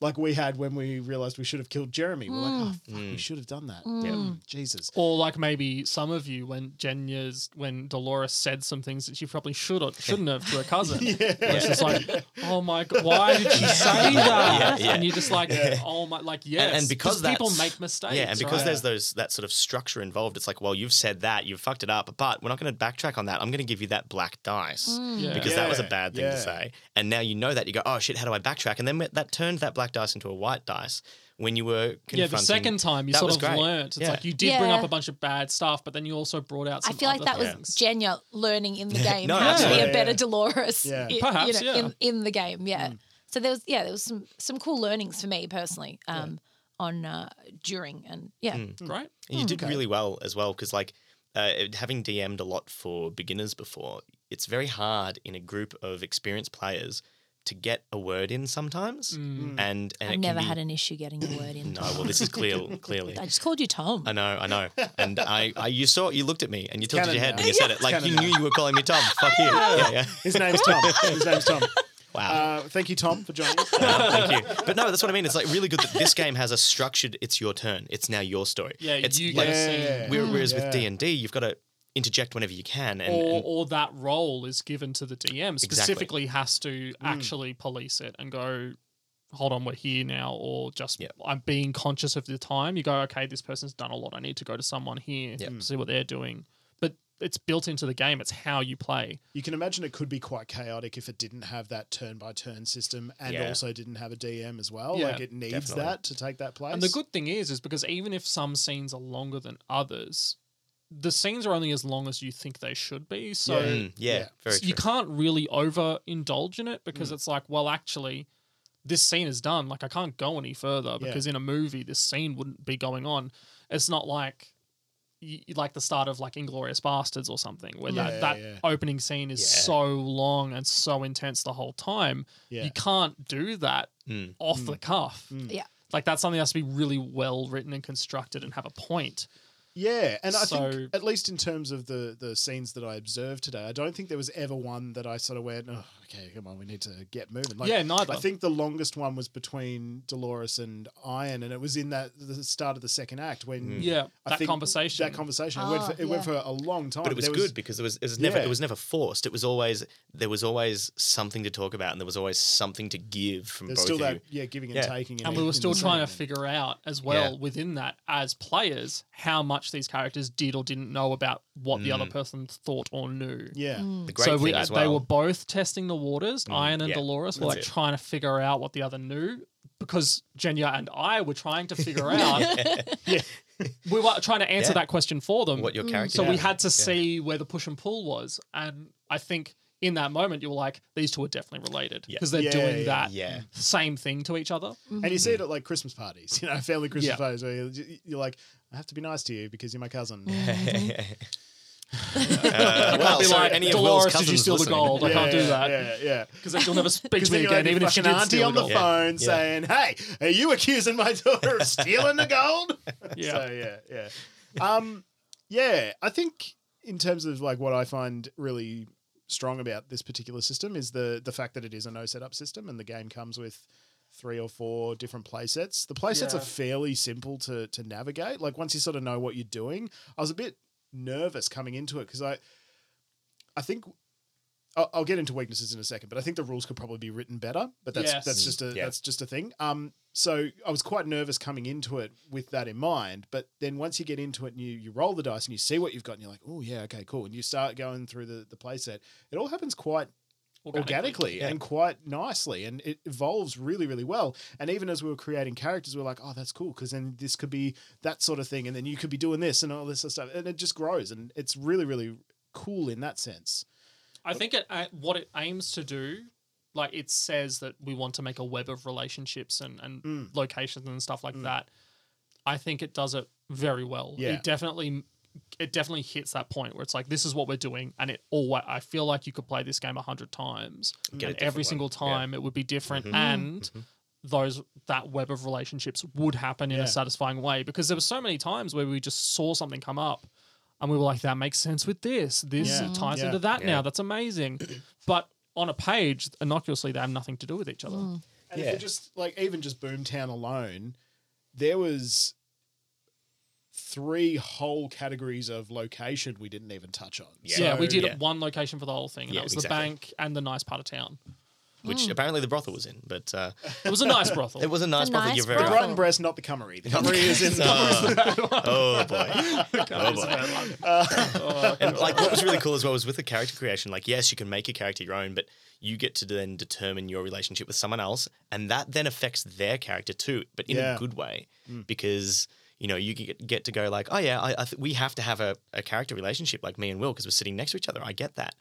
Speaker 2: like we had when we realized we should have killed Jeremy. We're like, oh, fuck, we should have done that. Yeah, Jesus.
Speaker 3: Mm. Or like maybe some of you when Jenya's when Dolores said some things that she probably should or shouldn't have to her cousin.
Speaker 4: [laughs]
Speaker 3: It's just like, oh my god, why did she say that?
Speaker 4: Yeah, yeah.
Speaker 3: And you're just like, oh my, like yes,
Speaker 4: and because
Speaker 3: people
Speaker 4: that's-
Speaker 3: make mistakes.
Speaker 4: Yeah, and because
Speaker 3: right?
Speaker 4: there's those that sort of structure involved, it's like, well, you've said that, you've fucked it up, but we're not going to backtrack on that. I'm going to give you that black dice
Speaker 3: Mm. Yeah.
Speaker 4: because that was a
Speaker 2: Yeah,
Speaker 4: bad thing
Speaker 2: yeah.
Speaker 4: to say. And now you know that you go, oh shit, how do I backtrack? And then that turned that black dice into a white dice when you were confronting.
Speaker 3: yeah, the second time you
Speaker 4: That
Speaker 3: sort
Speaker 4: was
Speaker 3: of
Speaker 4: great.
Speaker 3: learnt. It's
Speaker 4: Yeah.
Speaker 3: like you did bring
Speaker 5: Yeah.
Speaker 3: up a bunch of bad stuff, but then you also brought out.
Speaker 5: I
Speaker 3: Some
Speaker 5: feel like
Speaker 3: other
Speaker 5: that
Speaker 3: things.
Speaker 5: was Jenya learning
Speaker 3: [laughs]
Speaker 5: in the game
Speaker 4: No,
Speaker 5: how to be
Speaker 4: absolutely.
Speaker 5: a better Dolores.
Speaker 2: Yeah.
Speaker 5: i- you
Speaker 3: Perhaps,
Speaker 5: know,
Speaker 3: yeah. Mm.
Speaker 5: in, in the game, yeah. So there was yeah, there was some some cool learnings for me personally um, on uh, during and yeah.
Speaker 3: great.
Speaker 4: And you did really well as well because, like, uh, it- having DM'd a lot for beginners before, it's very hard in a group of experienced players to get a word in sometimes.
Speaker 3: Mm.
Speaker 4: And, and
Speaker 5: I've
Speaker 4: it
Speaker 5: never
Speaker 4: can be,
Speaker 5: had an issue getting a word
Speaker 3: [clears throat]
Speaker 5: in.
Speaker 4: No, well, this is clear,
Speaker 5: [laughs]
Speaker 4: clearly.
Speaker 5: I just called you Tom.
Speaker 4: I know, I know. And I, I you saw, you looked at me and you tilted
Speaker 2: canon
Speaker 4: your head
Speaker 2: now.
Speaker 4: and you said it like
Speaker 2: Canon
Speaker 4: you
Speaker 2: now.
Speaker 4: knew you were calling me Tom. Fuck you. Yeah, yeah.
Speaker 2: His name's Tom.
Speaker 3: [laughs]
Speaker 2: His name's Tom.
Speaker 4: Wow.
Speaker 2: Uh, thank you, Tom, for joining us.
Speaker 3: [laughs]
Speaker 4: Uh, thank you. But no, that's what I mean. It's like really good that this game has a structured. It's your turn. It's now your story.
Speaker 3: Yeah,
Speaker 4: it's
Speaker 3: you
Speaker 4: like,
Speaker 3: get a scene.
Speaker 2: Yeah.
Speaker 4: where- whereas
Speaker 2: Yeah.
Speaker 4: with D and D, you've got to interject whenever you can. And,
Speaker 3: or,
Speaker 4: and-
Speaker 3: or that role is given to the DM specifically has to
Speaker 4: Mm.
Speaker 3: actually police it and go, hold on, we're here now, or just
Speaker 4: Yep.
Speaker 3: I'm being conscious of the time. You go, okay, this person's done a lot. I need to go to someone here,
Speaker 4: Yep.
Speaker 3: see what they're doing. But it's built into the game. It's how you play.
Speaker 2: You can imagine it could be quite chaotic if it didn't have that turn by turn system and
Speaker 4: Yeah.
Speaker 2: also didn't have a DM as well.
Speaker 3: Yeah,
Speaker 2: like it needs
Speaker 4: definitely.
Speaker 2: that to take that place.
Speaker 3: And the good thing is, is because even if some scenes are longer than others, the scenes are only as long as you think they should be. So
Speaker 4: Mm, yeah,
Speaker 2: Yeah.
Speaker 4: very
Speaker 3: So you
Speaker 4: true.
Speaker 3: can't really overindulge in it because
Speaker 2: Mm.
Speaker 3: it's like, well, actually, this scene is done. Like, I can't go any further
Speaker 2: Yeah.
Speaker 3: because in a movie, this scene wouldn't be going on. It's not like y- like the start of like Inglorious Bastards or something, where
Speaker 2: Yeah,
Speaker 3: that, that
Speaker 2: yeah.
Speaker 3: opening scene is
Speaker 4: Yeah.
Speaker 3: so long and so intense the whole time.
Speaker 2: Yeah. Mm.
Speaker 3: You can't do that
Speaker 4: Mm.
Speaker 3: off the cuff.
Speaker 5: Yeah.
Speaker 3: Like that's something that has to be really well written and constructed and have a point.
Speaker 2: Yeah, and I
Speaker 3: So-
Speaker 2: think at least in terms of the the scenes that I observed today, I don't think there was ever one that I sort of went, oh, okay, come on, we need to get moving. Like,
Speaker 3: Yeah, neither.
Speaker 2: I think the longest one was between Dolores and Iron, and it was in that the start of the second act when
Speaker 4: Mm.
Speaker 3: Yeah,
Speaker 2: Mm. I
Speaker 3: that
Speaker 2: think
Speaker 3: conversation.
Speaker 2: That conversation. it went
Speaker 5: Ah,
Speaker 2: for, it went for
Speaker 5: yeah.
Speaker 2: a long time.
Speaker 4: But it was,
Speaker 2: Oh, There
Speaker 4: good because it was, it was never
Speaker 2: Yeah.
Speaker 4: it was never forced. It was always there was always something to talk about, and there was always something to give from
Speaker 2: There's
Speaker 4: both
Speaker 2: still
Speaker 4: of
Speaker 2: that
Speaker 4: you.
Speaker 2: yeah, giving and
Speaker 4: Yeah.
Speaker 2: taking. in
Speaker 3: and
Speaker 2: it-
Speaker 3: we were
Speaker 2: in
Speaker 3: still
Speaker 2: the
Speaker 3: trying to
Speaker 2: segment.
Speaker 3: figure out as well
Speaker 4: Yeah.
Speaker 3: within that as players how much these characters did or didn't know about what the other person thought or knew.
Speaker 2: Yeah,
Speaker 4: The Mm. great
Speaker 3: so
Speaker 4: thing
Speaker 3: we,
Speaker 4: as
Speaker 3: they
Speaker 4: well. Mm,
Speaker 3: were both testing the waters. Iron and
Speaker 4: yeah,
Speaker 3: Dolores were
Speaker 4: that's
Speaker 3: like
Speaker 4: it.
Speaker 3: trying to figure out what the other knew because Jenya and I were trying to
Speaker 4: [laughs]
Speaker 3: figure out. We were trying to answer
Speaker 4: Yeah.
Speaker 3: that question for them.
Speaker 4: what your character.
Speaker 3: mm, so we
Speaker 4: was.
Speaker 3: had to see where the push and pull was. And I think in that moment, you were like, these two are definitely related
Speaker 4: Yeah.
Speaker 3: because they're
Speaker 2: Yeah,
Speaker 3: doing
Speaker 2: yeah,
Speaker 3: that
Speaker 4: yeah.
Speaker 3: same thing to each other.
Speaker 5: Mm-hmm.
Speaker 2: and you see it at like Christmas parties, you know, family Christmas
Speaker 3: Yeah.
Speaker 2: parties where you- you're like, I have to be nice to you because you're
Speaker 3: [laughs]
Speaker 2: my cousin.
Speaker 5: Mm-hmm.
Speaker 4: [laughs] Uh, well,
Speaker 3: be
Speaker 4: so
Speaker 3: like,
Speaker 4: any of Will's
Speaker 3: Dolores, did
Speaker 4: cousins
Speaker 3: you steal the
Speaker 4: listening-
Speaker 3: gold? I
Speaker 2: Yeah,
Speaker 3: can't do that.
Speaker 2: Yeah, yeah.
Speaker 3: Because then she'll never speak
Speaker 2: [laughs] Because
Speaker 3: to me
Speaker 2: then
Speaker 3: again,
Speaker 2: you're
Speaker 3: even if she
Speaker 2: fucking
Speaker 3: did
Speaker 2: auntie
Speaker 3: steal
Speaker 2: on
Speaker 3: the
Speaker 2: the
Speaker 3: gold.
Speaker 4: Yeah.
Speaker 2: phone
Speaker 4: Yeah.
Speaker 2: saying, "Hey, are you accusing my daughter
Speaker 3: [laughs]
Speaker 2: of stealing the gold?"
Speaker 3: Yeah.
Speaker 2: So yeah, yeah. Um, yeah, I think in terms of like what I find really strong about this particular system is the the fact that it is a no setup system and the game comes with three or four different play sets. The play sets
Speaker 3: Yeah.
Speaker 2: are fairly simple to to navigate. Like once you sort of know what you're doing, I was a bit nervous coming into it because I I think I'll, I'll get into weaknesses in a second, but I think the rules could probably be written better. But that's
Speaker 3: Yes.
Speaker 2: that's just a
Speaker 4: Yeah.
Speaker 2: that's just a thing. Um, so I was quite nervous coming into it with that in mind. But then once you get into it and you you roll the dice and you see what you've got and you're like, oh yeah, okay, cool, and you start going through the the play set, it all happens quite organically,
Speaker 4: yeah.
Speaker 2: and quite nicely, and it evolves really really well. And even as we were creating characters, we were like, oh, that's cool because then this could be that sort of thing, and then you could be doing this and all this sort of stuff, and it just grows, and it's really really cool in that sense.
Speaker 3: I think it uh, what it aims to do, like it says that we want to make a web of relationships and and
Speaker 2: Mm.
Speaker 3: locations and stuff like that. I think it does it very well.
Speaker 2: Hmm. Yeah.
Speaker 3: It definitely it definitely hits that point where it's like this is what we're doing and it all I feel like you could play this game a hundred times
Speaker 2: Hmm.
Speaker 4: Get a
Speaker 3: and every
Speaker 4: different
Speaker 3: single
Speaker 4: one.
Speaker 3: time it would be different
Speaker 2: Mm-hmm.
Speaker 3: and those that web of relationships would happen in
Speaker 2: Yeah.
Speaker 3: a satisfying way because there were so many times where we just saw something come up and we were like that makes sense with this this
Speaker 2: Yeah.
Speaker 3: ties
Speaker 2: Yeah.
Speaker 3: into that
Speaker 4: Yeah.
Speaker 3: now that's amazing [clears throat] but on a page innocuously they have nothing to do with each other
Speaker 2: And if
Speaker 4: Yeah.
Speaker 2: you just like even just Boomtown alone, there was three whole categories of location we didn't even touch on.
Speaker 4: Yeah.
Speaker 3: yeah we
Speaker 2: So-
Speaker 3: did
Speaker 4: yeah.
Speaker 3: one location for the whole thing and
Speaker 4: Yeah,
Speaker 3: that was
Speaker 4: exactly.
Speaker 3: the bank and the nice part of town
Speaker 5: Mm.
Speaker 4: which apparently the brothel was in, but uh,
Speaker 3: it was a nice brothel
Speaker 4: [laughs] it was a nice
Speaker 5: a
Speaker 4: brothel.
Speaker 5: nice
Speaker 4: You're very
Speaker 2: The
Speaker 5: brothel.
Speaker 4: right.
Speaker 3: um,
Speaker 2: Brighton Breast, not the Cummery. The Cummery is in
Speaker 3: [laughs]
Speaker 4: [laughs] Oh boy. oh boy. And like what was really cool as well was with the character creation, like yes, you can make your character your own, but you get to then determine your relationship with someone else, and that then affects their character too, but in
Speaker 2: Yeah.
Speaker 4: a good way. Because you know, you get, get to go like, oh yeah, I, I th- we have to have a, a character relationship like me and Will because we're sitting next to each other. I get that,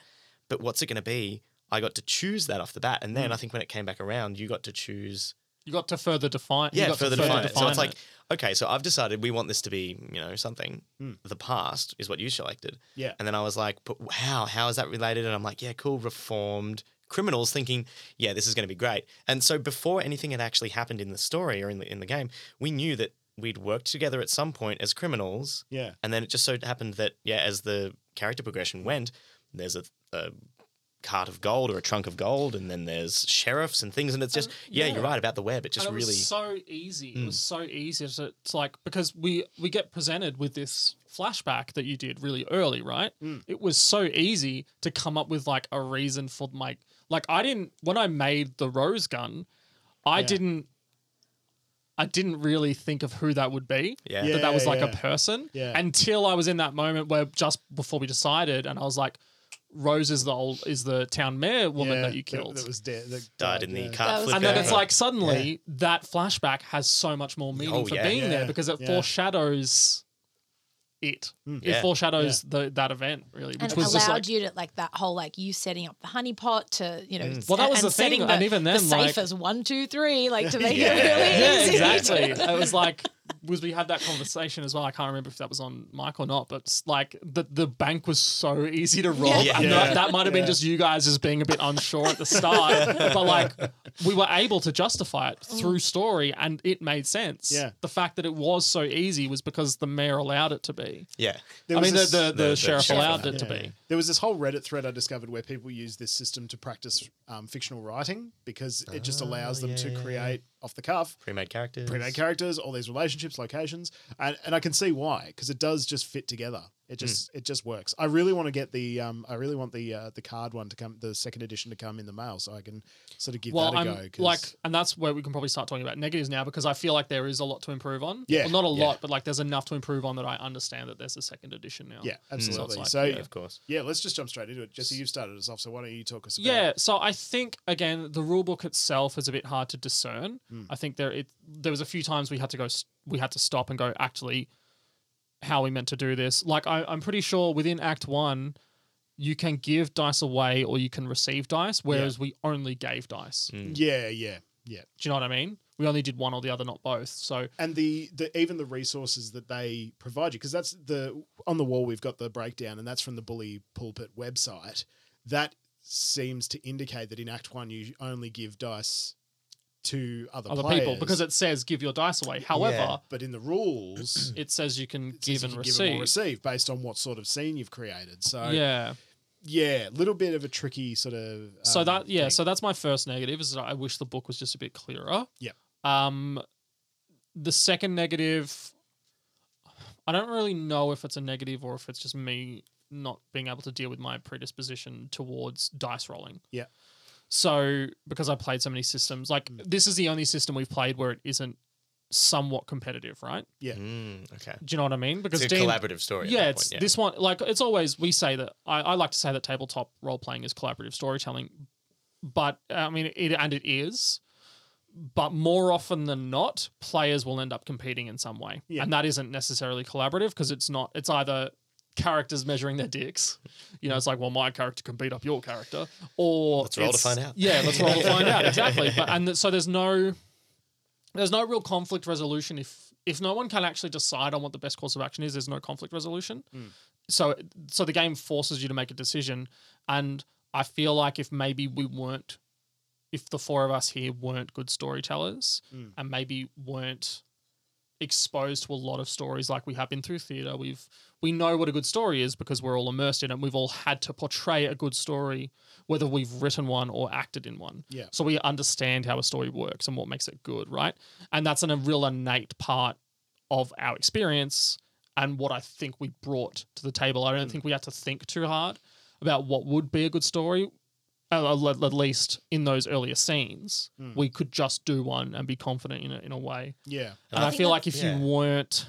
Speaker 4: but what's it going to be? I got to choose that off the bat, and then I think when it came back around, you got to choose
Speaker 3: you got to further define you
Speaker 4: yeah,
Speaker 3: got to
Speaker 4: further define it. So
Speaker 3: define
Speaker 4: it's like, okay, so I've decided we want this to be, you know, something. The past is what you selected.
Speaker 2: Yeah.
Speaker 4: And then I was like, but how? How is that related? And I'm like, yeah, cool, reformed criminals thinking, yeah, this is going to be great. And so before anything had actually happened in the story or in the in the game, we knew that we'd worked together at some point as criminals.
Speaker 2: [laughs] Yeah.
Speaker 4: And then it just so happened that, yeah, as the character progression went, there's a, a cart of gold or a trunk of gold, and then there's sheriffs and things. And it's just, yeah,
Speaker 3: Um, yeah.
Speaker 4: you're right about the web. It just
Speaker 3: and it
Speaker 4: really.
Speaker 3: was so easy.
Speaker 2: Mm.
Speaker 3: It was so easy to, to like because we we get presented with this flashback that you did really early, right?
Speaker 2: Mm.
Speaker 3: It was so easy to come up with like a reason for my like I didn't when I made the rose gun, I didn't I didn't really think of who that would be.
Speaker 4: Yeah.
Speaker 3: That that was
Speaker 2: Yeah,
Speaker 3: like
Speaker 2: yeah.
Speaker 3: a person.
Speaker 2: Yeah.
Speaker 3: Until I was in that moment where just before we decided and I was like, Rose is the old is the town mayor woman that you killed
Speaker 2: That, was dead. That
Speaker 4: died in
Speaker 2: yeah.
Speaker 4: the cart
Speaker 5: That was
Speaker 4: flip.
Speaker 3: and then
Speaker 5: Yeah.
Speaker 3: it's like suddenly that flashback has so much more meaning
Speaker 4: Oh,
Speaker 3: for
Speaker 4: yeah.
Speaker 3: being
Speaker 2: Yeah.
Speaker 3: there because it
Speaker 2: Yeah.
Speaker 3: foreshadows it.
Speaker 4: Hmm. Yeah.
Speaker 3: It foreshadows the, that event really,
Speaker 5: and
Speaker 3: which
Speaker 5: it
Speaker 3: was just
Speaker 5: allowed
Speaker 3: like
Speaker 5: you to like that whole like you setting up the honeypot to you know s-
Speaker 3: Mm. Well, that was
Speaker 5: and
Speaker 3: the thing,
Speaker 5: setting
Speaker 3: and even
Speaker 5: the
Speaker 3: then,
Speaker 5: safe
Speaker 3: like- [laughs]
Speaker 5: as one two three like to make
Speaker 4: Yeah.
Speaker 5: it really
Speaker 3: yeah,
Speaker 5: easy
Speaker 3: exactly. it was like was we had that conversation as well. I can't remember if that was on Mike or not, but it's like the the bank was so easy to rob.
Speaker 4: Yeah.
Speaker 3: And
Speaker 2: Yeah.
Speaker 3: That, that might have
Speaker 2: Yeah.
Speaker 3: been just you guys as being a bit unsure at the start,
Speaker 2: [laughs]
Speaker 3: but like we were able to justify it through story, and it made sense.
Speaker 2: Yeah.
Speaker 3: the fact that it was so easy was because the mayor allowed it to be.
Speaker 4: Yeah.
Speaker 2: There
Speaker 3: I
Speaker 2: was
Speaker 3: mean, the,
Speaker 2: this-
Speaker 3: the, the,
Speaker 4: the- the
Speaker 3: sheriff
Speaker 4: sheriff
Speaker 3: allowed
Speaker 4: allowed
Speaker 3: it to
Speaker 2: Yeah.
Speaker 3: be.
Speaker 2: There was this whole Reddit thread I discovered where people use this system to practice um, fictional writing because it just
Speaker 4: Ah,
Speaker 2: allows them
Speaker 4: yeah,
Speaker 2: to
Speaker 4: yeah, yeah.
Speaker 2: create off the cuff
Speaker 4: Pre-made characters.
Speaker 2: pre-made characters, all these relationships, locations, and, and I can see why because it does just fit together. It
Speaker 3: Hmm.
Speaker 2: just it just works. I really want to get the um I really want the uh, the card one to come, the second edition to come in the mail, so I can sort of give
Speaker 3: Well,
Speaker 2: that a
Speaker 3: I'm
Speaker 2: go. 'cause-
Speaker 3: like, and that's where we can probably start talking about negatives now because I feel like there is a lot to improve on.
Speaker 2: Yeah,
Speaker 3: well, not a
Speaker 4: yeah.
Speaker 3: lot, but like there's enough to improve on that I understand that there's a second edition now.
Speaker 2: yeah,
Speaker 4: Mm.
Speaker 2: absolutely.
Speaker 3: So it's
Speaker 2: so
Speaker 3: like,
Speaker 4: Yeah,
Speaker 2: yeah.
Speaker 4: of course.
Speaker 2: let's just jump straight into it. Jesse, you've started us off, so why don't you talk us? About
Speaker 3: Yeah, so I think again the rule book itself is a bit hard to discern.
Speaker 2: Mm.
Speaker 3: I think there it there was a few times we had to go s- we had to stop and go actually how are we meant to do this. Like I, I'm pretty sure within Act One, you can give dice away or you can receive dice, whereas we only gave dice.
Speaker 2: Hmm.
Speaker 4: Mm.
Speaker 2: yeah, yeah, yeah.
Speaker 3: Do you know what I mean? We only did one or the other, not both. So
Speaker 2: and the, the even the resources that they provide you because that's the on the wall we've got the breakdown and that's from the bully pulpit website that seems to indicate that in act one you only give dice to other,
Speaker 3: other
Speaker 2: players,
Speaker 3: people because it says give your dice away. However,
Speaker 4: Yeah.
Speaker 2: but in the rules
Speaker 3: it says you can
Speaker 2: it says
Speaker 3: give
Speaker 2: you
Speaker 3: and
Speaker 2: can
Speaker 3: receive.
Speaker 2: or receive based on what sort of scene you've created so yeah
Speaker 3: yeah.
Speaker 2: yeah little bit of a tricky sort of
Speaker 3: So
Speaker 2: um,
Speaker 3: that yeah,
Speaker 2: thing.
Speaker 3: so that's my first negative is that I wish the book was just a bit clearer.
Speaker 2: Yep.
Speaker 3: Um the second negative I don't really know if it's a negative or if it's just me not being able to deal with my predisposition towards dice rolling.
Speaker 2: Yeah.
Speaker 3: So because I played so many systems, like
Speaker 2: Mm.
Speaker 3: this is the only system we've played where it isn't somewhat competitive, right?
Speaker 2: Yeah.
Speaker 4: Mm, okay.
Speaker 3: Do you know what I mean? Because
Speaker 4: It's a
Speaker 3: Dean-
Speaker 4: collaborative story. at
Speaker 3: yeah,
Speaker 4: that
Speaker 3: it's
Speaker 4: point,
Speaker 3: this one. Like it's always we say that I, I like to say that tabletop role playing is collaborative storytelling, but I mean it and it is. But more often than not, players will end up competing in some way,
Speaker 2: Yeah.
Speaker 3: and that isn't necessarily collaborative because it's not. It's either characters measuring their dicks, you know, it's like well my character can beat up your character, or
Speaker 4: Let's roll to
Speaker 3: it's-
Speaker 4: find out.
Speaker 3: Yeah, let's roll to
Speaker 4: [laughs]
Speaker 3: find out exactly. But and th- so there's no there's no real conflict resolution if if no one can actually decide on what the best course of action is there's no conflict resolution
Speaker 2: Mm.
Speaker 3: so so the game forces you to make a decision and i feel like if maybe we weren't if the four of us here weren't good storytellers
Speaker 2: Mm.
Speaker 3: and maybe weren't exposed to a lot of stories like we have been through theater we've we know what a good story is because we're all immersed in it and we've all had to portray a good story whether we've written one or acted in one
Speaker 2: Yeah.
Speaker 3: so we understand how a story works and what makes it good right and that's an, a real innate part of our experience and what i think we brought to the table
Speaker 2: Mm.
Speaker 3: i don't think we had to think too hard about what would be a good story at, at least in those earlier scenes
Speaker 2: Mm.
Speaker 3: we could just do one and be confident in it in a way
Speaker 2: yeah
Speaker 3: and I,
Speaker 5: I think
Speaker 3: feel like
Speaker 5: that's-
Speaker 3: if
Speaker 4: yeah.
Speaker 3: you weren't,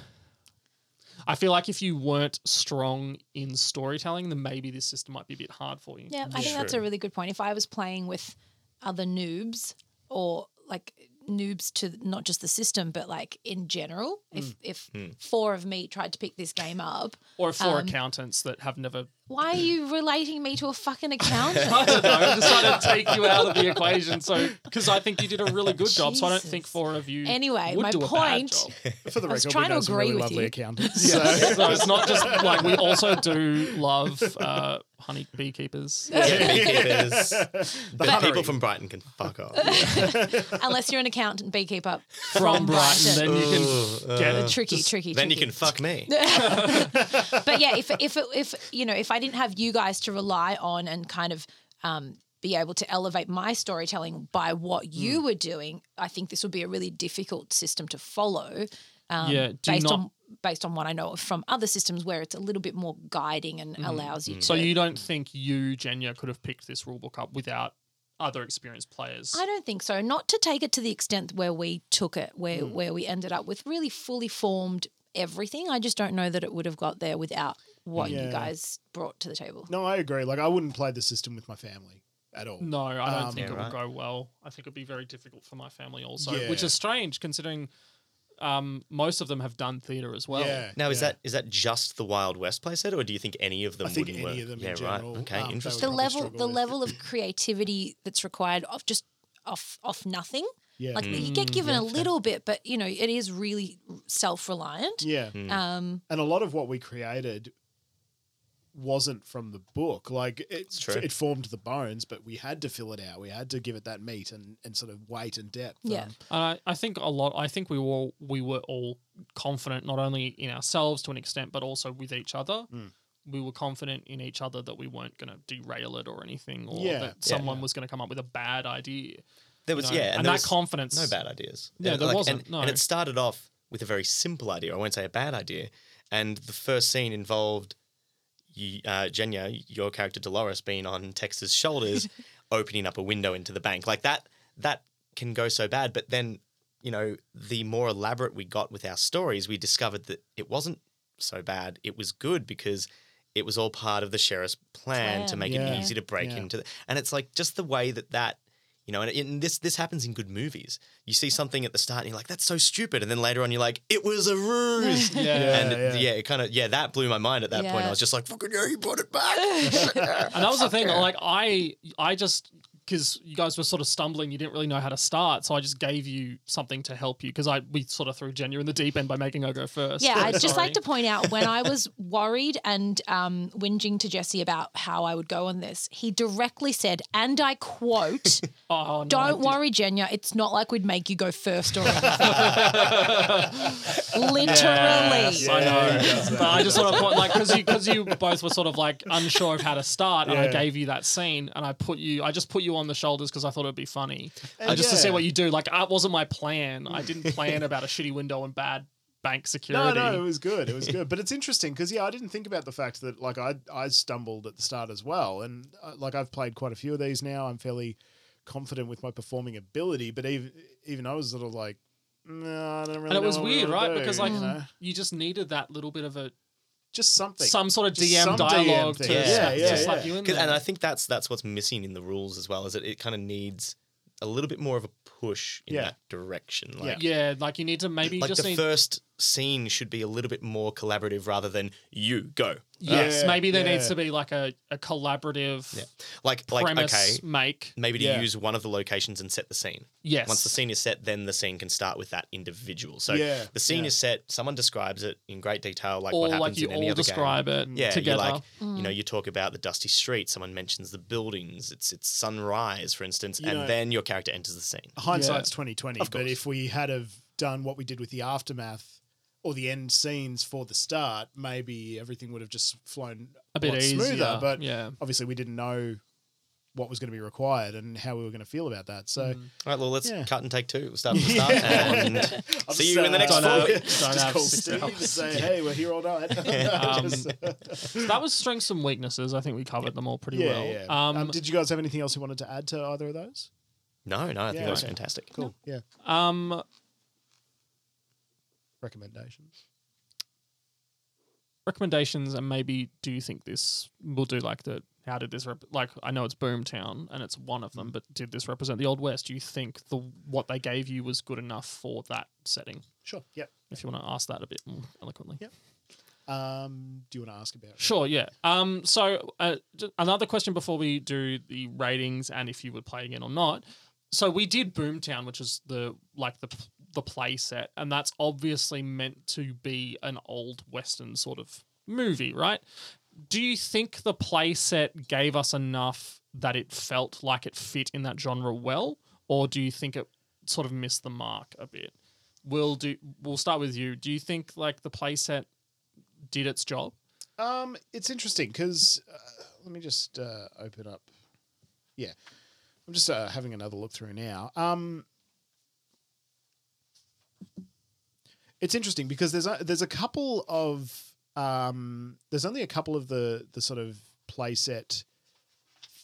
Speaker 3: I feel like if you weren't strong in storytelling, then maybe this system might be a bit hard for you.
Speaker 5: [laughs] Yeah, I think that's a
Speaker 4: True.
Speaker 5: really good point. If I was playing with other noobs or like noobs to not just the system, but like in general, if if
Speaker 3: Hmm.
Speaker 4: Mm.
Speaker 5: four of me tried to pick this game up,
Speaker 3: Or for
Speaker 5: Um,
Speaker 3: accountants that have never.
Speaker 5: why are
Speaker 3: [clears throat]
Speaker 5: you relating me to a
Speaker 3: [laughs]
Speaker 5: fucking
Speaker 3: I
Speaker 5: accountant?
Speaker 3: don't know. I'm just trying to take you out of the equation. So, because I think you did a really good job. So I don't
Speaker 5: Jesus.
Speaker 3: think four of you.
Speaker 5: Anyway,
Speaker 3: would
Speaker 5: my
Speaker 3: do a bad
Speaker 5: point- [laughs]
Speaker 3: job.
Speaker 2: for the
Speaker 5: I
Speaker 2: record
Speaker 5: was
Speaker 2: we
Speaker 5: trying to
Speaker 2: know some
Speaker 5: agree
Speaker 2: really
Speaker 5: with
Speaker 2: lovely
Speaker 5: you. [laughs]
Speaker 2: accountants
Speaker 3: Yeah.
Speaker 2: so
Speaker 3: So it's not just like we also do love uh, honey
Speaker 5: [laughs]
Speaker 3: beekeepers.
Speaker 2: [laughs]
Speaker 4: Yeah, beekeepers.
Speaker 2: The
Speaker 4: but
Speaker 2: Hunnery.
Speaker 4: people from Brighton can fuck off.
Speaker 5: Unless you're an accountant beekeeper
Speaker 3: From Brighton, then you
Speaker 4: Ooh,
Speaker 3: can get
Speaker 4: uh,
Speaker 3: it.
Speaker 5: tricky,
Speaker 3: Just-
Speaker 5: tricky,
Speaker 4: then you
Speaker 5: tricky.
Speaker 4: can fuck me. [laughs]
Speaker 5: but yeah, if if it, if you know, if I didn't have you guys to rely on and kind of um, be able to elevate my storytelling by
Speaker 4: Hmm.
Speaker 5: what you were doing, I think this would be a really difficult system to follow. Um,
Speaker 3: Yeah, do
Speaker 5: based
Speaker 3: not-
Speaker 5: on based on what I know of from other systems where it's a little bit more guiding and
Speaker 4: Hmm.
Speaker 5: allows you. to...
Speaker 3: Hmm. So you don't think you, Jenya, could have picked this rule book up without other experienced players?
Speaker 5: I don't think so. Not to take it to the extent where we took it, where
Speaker 2: Mm.
Speaker 5: where we ended up with really fully formed everything. I just don't know that it would have got there without what
Speaker 2: Yeah.
Speaker 5: you guys brought to the table.
Speaker 2: no i agree like i wouldn't play the system with my family at all
Speaker 3: No, I don't
Speaker 2: Um,
Speaker 3: think
Speaker 4: Yeah,
Speaker 3: it
Speaker 4: right.
Speaker 3: will go well. I think it'll be very difficult for my family also, which
Speaker 2: Yeah.
Speaker 3: is strange considering um, most of them have done theatre as well.
Speaker 2: yeah
Speaker 4: Now, is
Speaker 2: yeah.
Speaker 4: that is that just the Wild West playset, or do you think any of them
Speaker 2: I think
Speaker 4: wouldn't
Speaker 2: any
Speaker 4: work?
Speaker 2: of them in
Speaker 4: yeah,
Speaker 2: general,
Speaker 4: right. Okay,
Speaker 2: um, they
Speaker 4: interesting.
Speaker 5: the
Speaker 2: probably [clears throat]
Speaker 5: level
Speaker 2: struggle
Speaker 5: the
Speaker 2: with.
Speaker 5: level of creativity that's required of just off off nothing
Speaker 2: Mm, Yeah.
Speaker 5: Like you get given a little bit, but you know it is really self-reliant.
Speaker 2: yeah.
Speaker 5: Um,
Speaker 2: and a lot of what we created wasn't from the book like it,
Speaker 4: true.
Speaker 2: it formed the bones but we had to fill it out we had to give it that meat and, and sort of weight and depth
Speaker 5: Yeah.
Speaker 2: Um,
Speaker 3: And I, I think a lot. I think we were we were all confident, not only in ourselves to an extent, but also with each other.
Speaker 2: Mm.
Speaker 3: We were confident in each other that we weren't going to derail it or anything, or
Speaker 2: Yeah.
Speaker 3: that
Speaker 4: Yeah.
Speaker 3: someone was going to come up with a bad idea.
Speaker 4: There was
Speaker 3: you know?
Speaker 4: yeah, and,
Speaker 3: and
Speaker 4: there
Speaker 3: that
Speaker 4: was
Speaker 3: confidence.
Speaker 4: no bad ideas.
Speaker 3: Yeah,
Speaker 4: And,
Speaker 3: there
Speaker 4: like,
Speaker 3: wasn't,
Speaker 4: And,
Speaker 3: no.
Speaker 4: and it started off with a very simple idea. I won't say a bad idea. And the first scene involved you, uh, Jenya, your character Dolores, being on Tex's
Speaker 3: [laughs]
Speaker 4: shoulders, opening up a window into the bank. Like that, that can go so bad. But then, you know, the more elaborate we got with our stories, we discovered that it wasn't so bad. It was good because it was all part of the sheriff's plan, to
Speaker 5: Plan,
Speaker 4: make
Speaker 2: yeah.
Speaker 4: it easy to break
Speaker 2: Yeah.
Speaker 4: into. The, and it's like just the way that that you know, and, and this this happens in good movies. You see something at the start, and you're like, "That's so stupid," and then later on, you're like, "It was a ruse."
Speaker 2: [laughs] yeah,
Speaker 4: and
Speaker 2: yeah,
Speaker 4: it- yeah, it kind of yeah, that blew my mind at that point.
Speaker 5: Yeah.
Speaker 4: I was just like, "Fucking yeah, he brought
Speaker 2: [laughs]
Speaker 4: it back."
Speaker 3: and that was the thing. Like I, I just because you guys were sort of stumbling, you didn't really know how to start, so I just gave you something to help you because I we sort of threw Jenya in the deep end by making her go first.
Speaker 2: [laughs]
Speaker 5: yeah, I'd just
Speaker 3: Sorry.
Speaker 5: like to point out when I was worried and um, whinging to Jesse about how I would go on this, he directly said, and I quote,
Speaker 3: [laughs] Oh, no, I
Speaker 5: Don't
Speaker 3: did- [laughs]
Speaker 5: worry, Jenya. It's not like we'd make you go first
Speaker 4: [laughs]
Speaker 5: or anything. Literally.
Speaker 3: Yes, I
Speaker 2: Yeah, he does
Speaker 3: know.
Speaker 2: that.
Speaker 3: but I just sort of put like because you because you both were sort of like unsure of how to start, and I
Speaker 2: Yeah.
Speaker 3: gave you that scene, and I put you, I just put you on the shoulders because I thought it'd be funny,
Speaker 2: And
Speaker 3: uh, just to see
Speaker 2: yeah.
Speaker 3: what you do. Like that wasn't my plan. I didn't plan about a shitty window and bad bank
Speaker 2: No,
Speaker 3: security.
Speaker 2: no, it was good. It was good, but it's interesting because yeah, I didn't think about the fact that like I I stumbled at the start as well, and uh, like I've played quite a few of these now. I'm fairly confident with my performing ability, but even even I was sort of like, no, I don't really.
Speaker 3: and it
Speaker 2: know
Speaker 3: was
Speaker 2: what we
Speaker 3: weird,
Speaker 2: wanna
Speaker 3: right?
Speaker 2: do,"
Speaker 3: because like
Speaker 2: you know?
Speaker 3: you just needed that little bit of a
Speaker 2: just something.
Speaker 3: some sort of
Speaker 2: Just
Speaker 3: DM
Speaker 2: some DM
Speaker 3: dialogue
Speaker 2: thing.
Speaker 3: to
Speaker 4: Yeah,
Speaker 3: slap-
Speaker 4: yeah,
Speaker 3: to slap
Speaker 2: yeah.
Speaker 3: you in
Speaker 4: 'Cause-
Speaker 3: there.
Speaker 4: and I think that's that's what's missing in the rules as well. Is that it kind of needs a little bit more of a push in
Speaker 2: Yeah.
Speaker 4: that direction. Like,
Speaker 3: yeah, like you need to maybe
Speaker 4: like
Speaker 3: just
Speaker 4: the
Speaker 3: need
Speaker 4: first scene should be a little bit more collaborative rather than you go.
Speaker 3: yes,
Speaker 2: Yeah,
Speaker 3: maybe there
Speaker 2: yeah.
Speaker 3: needs to be like a, a collaborative
Speaker 4: Yeah. Like like
Speaker 3: premise
Speaker 4: okay,
Speaker 3: make.
Speaker 4: maybe to
Speaker 2: Yeah.
Speaker 4: use one of the locations and set the scene.
Speaker 3: Yes.
Speaker 4: Once the scene is set, then the scene can start with that individual. So
Speaker 2: Yeah,
Speaker 4: the scene
Speaker 2: yeah.
Speaker 4: is set. Someone describes it in great detail, like
Speaker 3: or
Speaker 4: what happens
Speaker 3: like you
Speaker 4: in any
Speaker 3: all
Speaker 4: other
Speaker 3: describe it
Speaker 4: game. Yeah,
Speaker 3: together. Hmm.
Speaker 4: you're like,
Speaker 5: Mm.
Speaker 4: you know, you talk about the dusty street. Someone mentions the buildings. It's it's sunrise, for instance,
Speaker 2: You
Speaker 4: and
Speaker 2: know-
Speaker 4: then your character enters the scene.
Speaker 2: hindsight's twenty twenty.
Speaker 4: Of
Speaker 2: But
Speaker 4: course.
Speaker 2: if we had have done what we did with the aftermath or the end scenes for the start, maybe everything would have just flown
Speaker 3: a bit
Speaker 2: lot
Speaker 3: easier.
Speaker 2: smoother. But
Speaker 3: yeah,
Speaker 2: obviously, we didn't know what was going to be required and how we were going to feel about that. [laughs] So
Speaker 4: All right, well, let's
Speaker 2: Yeah.
Speaker 4: cut and take two. We'll start from
Speaker 2: [laughs]
Speaker 4: the start. And
Speaker 2: I'll just,
Speaker 4: see you in the
Speaker 2: uh,
Speaker 4: next
Speaker 3: Don't
Speaker 4: four
Speaker 3: have-
Speaker 4: weeks.
Speaker 3: don't
Speaker 2: [laughs] just
Speaker 3: have
Speaker 2: call
Speaker 3: six
Speaker 2: Steve and
Speaker 3: hours.
Speaker 2: say, "Hey, we're here all night." [laughs]
Speaker 4: [laughs]
Speaker 3: Um,
Speaker 2: Just-
Speaker 3: So that was strengths and weaknesses. I think we covered them all pretty
Speaker 2: yeah,
Speaker 3: well.
Speaker 2: yeah.
Speaker 3: Um,
Speaker 2: Um, did you guys have anything else you wanted to add to either of those?
Speaker 4: No, no, I think
Speaker 2: Yeah,
Speaker 4: that was
Speaker 2: okay.
Speaker 4: fantastic.
Speaker 2: Cool. Yeah.
Speaker 3: um,
Speaker 2: Recommendations.
Speaker 3: recommendations and maybe do you think this will do like the how did this rep- like I know it's Boomtown and it's one of them, but did this represent the Old West? Do you think the what they gave you was good enough for that setting?
Speaker 2: Sure. Yep.
Speaker 3: If you want to ask that a bit more eloquently.
Speaker 2: Yep. Um, do you want to ask about?
Speaker 3: Sure, yeah. Um, so uh, j- another question before we do the ratings and if you would play again or not. So we did Boomtown, which is the like the p- the play set, and that's obviously meant to be an old western sort of movie, right? Do you think the play set gave us enough that it felt like it fit in that genre well, or do you think it sort of missed the mark a bit? We'll do. We'll start with you. Do you think like the play set did its job?
Speaker 2: Um, it's interesting because uh, let me just uh, open up. Yeah, I'm just uh, having another look through now. Um, it's interesting because there's a, there's a couple of um, there's only a couple of the the sort of playset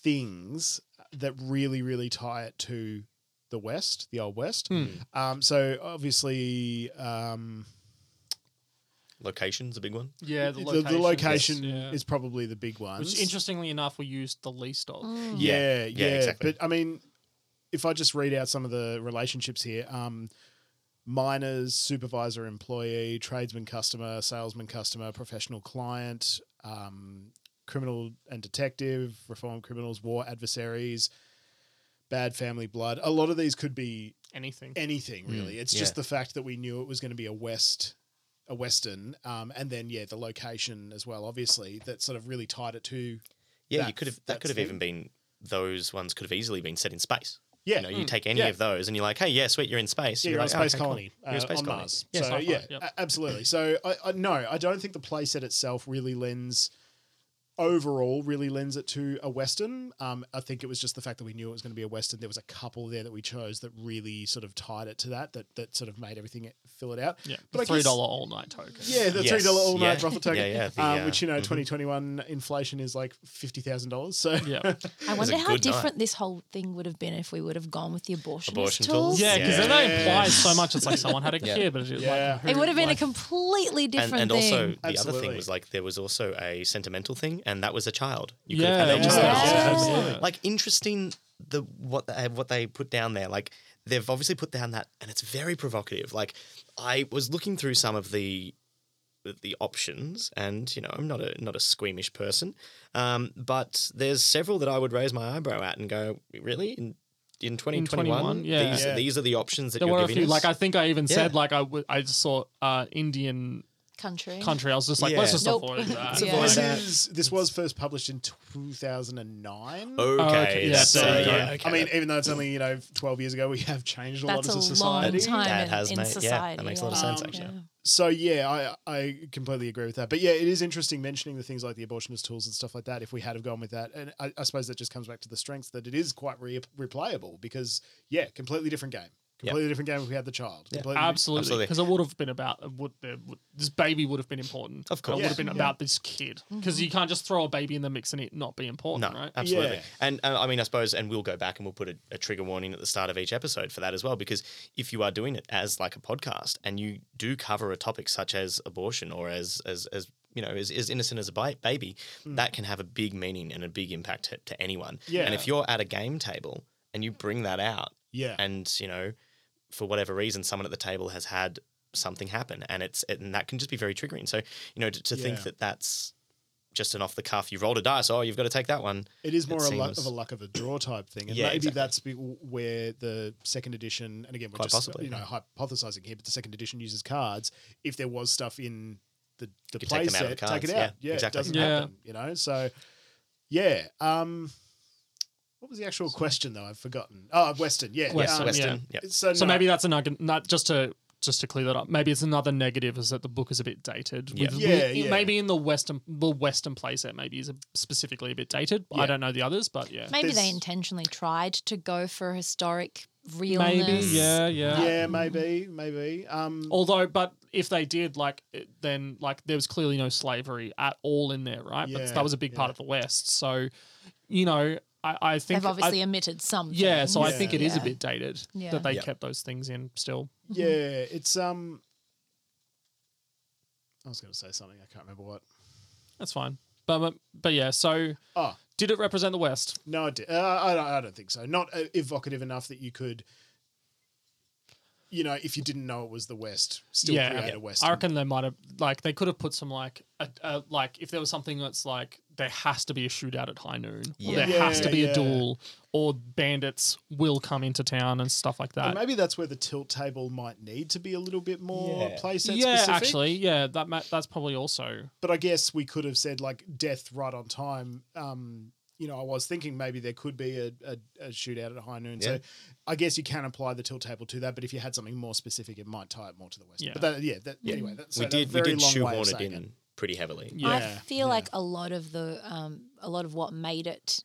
Speaker 2: things that really really tie it to the West, the old West.
Speaker 3: Hmm.
Speaker 2: Um, so obviously. Um,
Speaker 4: Location's a big one.
Speaker 3: Yeah,
Speaker 2: the, the location
Speaker 3: yeah.
Speaker 2: is probably the big one.
Speaker 3: which interestingly enough we used the least of.
Speaker 4: Mm.
Speaker 5: Mm.
Speaker 2: yeah,
Speaker 4: Yeah, yeah, exactly.
Speaker 2: But I mean, if I just read out some of the relationships here, um, miners, supervisor, employee, tradesman, customer, salesman, customer, professional client, um, criminal and detective, reformed criminals, war adversaries, Bad Family Blood. A lot of these could be
Speaker 3: Anything.
Speaker 2: anything really. it's
Speaker 4: Mm, yeah.
Speaker 2: just the fact that we knew it was going to be a west, a western, um, and then yeah, the location as well. Obviously, that sort of really tied it to
Speaker 4: Yeah, you
Speaker 2: That's-
Speaker 4: could have
Speaker 2: that's
Speaker 4: that could have
Speaker 2: the-
Speaker 4: even been those ones could have easily been set in space.
Speaker 2: yeah, Mm.
Speaker 4: You know, you take any
Speaker 2: yeah.
Speaker 4: of those and you're like, hey, yeah, sweet, you're in space.
Speaker 2: Yeah, you're on
Speaker 4: like,
Speaker 2: a
Speaker 4: "Oh,
Speaker 2: space
Speaker 4: okay, cool.
Speaker 2: colony
Speaker 4: You're a
Speaker 2: uh,
Speaker 4: space
Speaker 2: on
Speaker 4: colony.
Speaker 2: Mars.
Speaker 3: Yeah,
Speaker 2: so
Speaker 3: sci-fi,
Speaker 2: yeah,
Speaker 3: yep.
Speaker 2: a- absolutely. So I, I no, I don't think the playset itself really lends overall really lends it to a western. Um, I think it was just the fact that we knew it was going to be a western. There was a couple there that we chose that really sort of tied it to that. That that sort of made everything fill it out.
Speaker 3: Yeah.
Speaker 2: But I
Speaker 3: The $3
Speaker 2: guess-
Speaker 3: all night token.
Speaker 2: Yeah, the
Speaker 4: Yes,
Speaker 2: three dollar all night
Speaker 4: yeah. [laughs]
Speaker 2: brothel token,
Speaker 4: Yeah, yeah, the,
Speaker 2: um,
Speaker 4: uh,
Speaker 2: which you know,
Speaker 4: mhm.
Speaker 2: twenty twenty one inflation is like fifty thousand dollars. So [laughs]
Speaker 3: Yeah.
Speaker 5: I
Speaker 4: was
Speaker 5: wonder
Speaker 4: a
Speaker 5: how
Speaker 4: good night.
Speaker 5: different this whole thing would have been if we would have gone with the abortionist
Speaker 4: Abortion
Speaker 5: tools.
Speaker 4: tools?
Speaker 3: Yeah, because then
Speaker 2: Yeah.
Speaker 3: that implies so much. It's like someone had a
Speaker 4: [laughs] Yeah.
Speaker 3: kid, but it's
Speaker 2: Yeah.
Speaker 3: like
Speaker 5: It would have been a
Speaker 3: like-
Speaker 5: completely
Speaker 4: And,
Speaker 5: different
Speaker 4: and
Speaker 5: thing.
Speaker 4: also the other
Speaker 2: Absolutely.
Speaker 4: thing was like there was also a sentimental thing, and that was a child. You could
Speaker 3: yeah,
Speaker 4: have had a
Speaker 2: yeah,
Speaker 4: child.
Speaker 2: yeah.
Speaker 3: absolutely.
Speaker 4: Like interesting the what they, what they put down there. Like they've obviously put down that, and it's very provocative. Like I was looking through some of the the- the options and you know i'm not a not a squeamish person um, but there's several that i would raise my eyebrow at and go really in in 2021
Speaker 3: 21, yeah.
Speaker 4: these
Speaker 2: Yeah.
Speaker 4: these are the options that
Speaker 3: there
Speaker 4: you're
Speaker 3: were a
Speaker 4: giving
Speaker 3: few.
Speaker 4: us?
Speaker 3: Like I think I even said
Speaker 4: Yeah.
Speaker 3: like I, w- I just saw uh, Indian
Speaker 5: country.
Speaker 3: country. I was just like,
Speaker 4: Yeah.
Speaker 3: let's just
Speaker 5: Nope.
Speaker 3: avoid that.
Speaker 2: [laughs]
Speaker 5: Let's avoid
Speaker 2: this
Speaker 3: Like,
Speaker 4: that.
Speaker 2: is this was first published in two thousand and nine.
Speaker 4: okay,
Speaker 3: okay, yeah,
Speaker 4: so,
Speaker 3: there
Speaker 2: So
Speaker 3: you go.
Speaker 4: yeah, okay,
Speaker 2: I mean,
Speaker 4: that-
Speaker 2: even though it's only you know twelve years ago, we have changed a
Speaker 5: That's
Speaker 2: lot
Speaker 5: a
Speaker 2: as a
Speaker 5: long
Speaker 2: society.
Speaker 5: time
Speaker 4: That
Speaker 5: in,
Speaker 4: has
Speaker 5: in
Speaker 4: made- yeah, that
Speaker 5: society.
Speaker 4: makes a lot of
Speaker 2: sense,
Speaker 4: actually.
Speaker 5: yeah.
Speaker 2: So yeah, I I completely agree with that. But yeah, it is interesting mentioning the things like the abortionist tools and stuff like that. If we had have gone with that, and I, I suppose that just comes back to the strengths that it is quite re- replayable because yeah, completely different game, completely different game if we had the child. Completely-
Speaker 3: Absolutely,
Speaker 4: Absolutely.
Speaker 3: because it would have been about it would, there would this baby would have been important.
Speaker 4: Of course.
Speaker 3: it would have
Speaker 2: Yeah.
Speaker 3: been about this kid because you can't just throw a baby in the mix and it not be important,
Speaker 4: no,
Speaker 3: right?
Speaker 4: absolutely.
Speaker 2: Yeah.
Speaker 4: And uh, I mean, I suppose, and we'll go back and we'll put a, a trigger warning at the start of each episode for that as well, because if you are doing it as like a podcast and you do cover a topic such as abortion or as as as you know, as, as innocent as a bi- baby,
Speaker 2: Hmm.
Speaker 4: that can have a big meaning and a big impact to, to anyone.
Speaker 2: Yeah.
Speaker 4: And if you're at a game table and you bring that out,
Speaker 2: yeah,
Speaker 4: and you know, for whatever reason, someone at the table has had something happen, and it's and that can just be very triggering. So you know, to, to
Speaker 2: Yeah.
Speaker 4: think that that's just an off the cuff. You rolled a dice. Oh, you've got to take that one.
Speaker 2: It is more a luck
Speaker 4: seems-
Speaker 2: of a luck of a draw type thing, and
Speaker 4: Yeah,
Speaker 2: maybe
Speaker 4: exactly.
Speaker 2: that's be- where the second edition, and again, we're
Speaker 4: Quite
Speaker 2: just
Speaker 4: possibly,
Speaker 2: you know hypothesizing here, but the second edition uses cards. If there was stuff in the the
Speaker 4: You
Speaker 2: play
Speaker 4: take them
Speaker 2: set,
Speaker 4: out of the
Speaker 2: take
Speaker 4: cards,
Speaker 2: it out.
Speaker 4: yeah,
Speaker 2: Yeah,
Speaker 4: exactly.
Speaker 2: it doesn't
Speaker 3: Yeah.
Speaker 2: happen. You know, so yeah. Um, what was the actual question though? I've forgotten. Oh, Western. Yeah,
Speaker 3: Western,
Speaker 2: Um,
Speaker 3: yeah.
Speaker 4: Western. Yep.
Speaker 2: So,
Speaker 3: So
Speaker 2: no,
Speaker 3: maybe that's another not just to just to clear that up. Maybe it's another negative is that the book is a bit dated.
Speaker 4: Yeah.
Speaker 3: With,
Speaker 2: Yeah,
Speaker 3: with-
Speaker 2: yeah.
Speaker 3: Maybe in the western the western playset maybe is a, specifically a bit dated.
Speaker 2: Yeah.
Speaker 3: I don't know the others, but yeah,
Speaker 5: Maybe they
Speaker 2: There's-
Speaker 5: intentionally tried to go for historic realness.
Speaker 3: maybe yeah, yeah,
Speaker 2: yeah, maybe, maybe. Um,
Speaker 3: Although, but if they did, like it- then like there was clearly no slavery at all in there, right? but
Speaker 2: Yeah,
Speaker 3: that was a big part
Speaker 2: yeah.
Speaker 3: of the West. So, you know, I, I think
Speaker 5: They've
Speaker 3: I-
Speaker 5: obviously omitted some.
Speaker 3: yeah. So I
Speaker 2: Yeah.
Speaker 3: think it is a
Speaker 5: Yeah.
Speaker 3: bit dated
Speaker 5: Yeah.
Speaker 3: that they
Speaker 4: Yeah.
Speaker 3: kept those things in still.
Speaker 2: Yeah, it's um. I was going to say something. I can't remember what.
Speaker 3: That's fine. But but, but yeah. So
Speaker 2: Oh,
Speaker 3: did it represent the West?
Speaker 2: No, I, di- uh, I, don't, I don't think so. Not uh, evocative enough that you could, you know, if you didn't know it was the West, still
Speaker 3: yeah,
Speaker 2: create a West.
Speaker 3: I reckon they might have like they could have put some like a, a, like if there was something that's like there has to be a shootout at high noon, or
Speaker 4: Yeah.
Speaker 3: there has to
Speaker 2: Yeah,
Speaker 3: be
Speaker 2: yeah.
Speaker 3: a duel, or bandits will come into town and stuff like that.
Speaker 2: And maybe that's where the tilt table might need to be a little bit more
Speaker 4: Yeah.
Speaker 2: playset
Speaker 3: yeah,
Speaker 2: specific.
Speaker 3: actually, yeah, that ma- that's probably also
Speaker 2: But I guess we could have said like death right on time. Um, you know, I was thinking maybe there could be a, a, a shootout at high noon. So
Speaker 4: Yeah.
Speaker 2: I guess you can apply the tilt table to that. But if you had something more specific, it might tie it more to the West.
Speaker 3: Yeah.
Speaker 2: But that, yeah, that, anyway, that's so
Speaker 4: we
Speaker 2: that
Speaker 4: did we
Speaker 2: very
Speaker 4: did
Speaker 2: long way of
Speaker 4: shoehorn it
Speaker 2: saying
Speaker 4: in pretty heavily.
Speaker 3: yeah.
Speaker 5: I feel
Speaker 2: yeah.
Speaker 5: like a lot of the um, a lot of what made it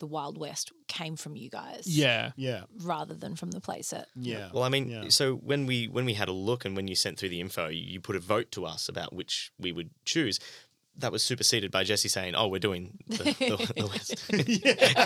Speaker 5: the Wild West came from you guys.
Speaker 3: yeah.
Speaker 2: Yeah,
Speaker 5: Rather than from the playset.
Speaker 2: yeah.
Speaker 4: Well, I mean,
Speaker 2: Yeah.
Speaker 4: so when we when we had a look and when you sent through the info, you you put a vote to us about which we would choose. That was superseded by Jesse saying, "Oh, we're doing the, the, the
Speaker 2: [laughs]
Speaker 4: [laughs] West." [laughs]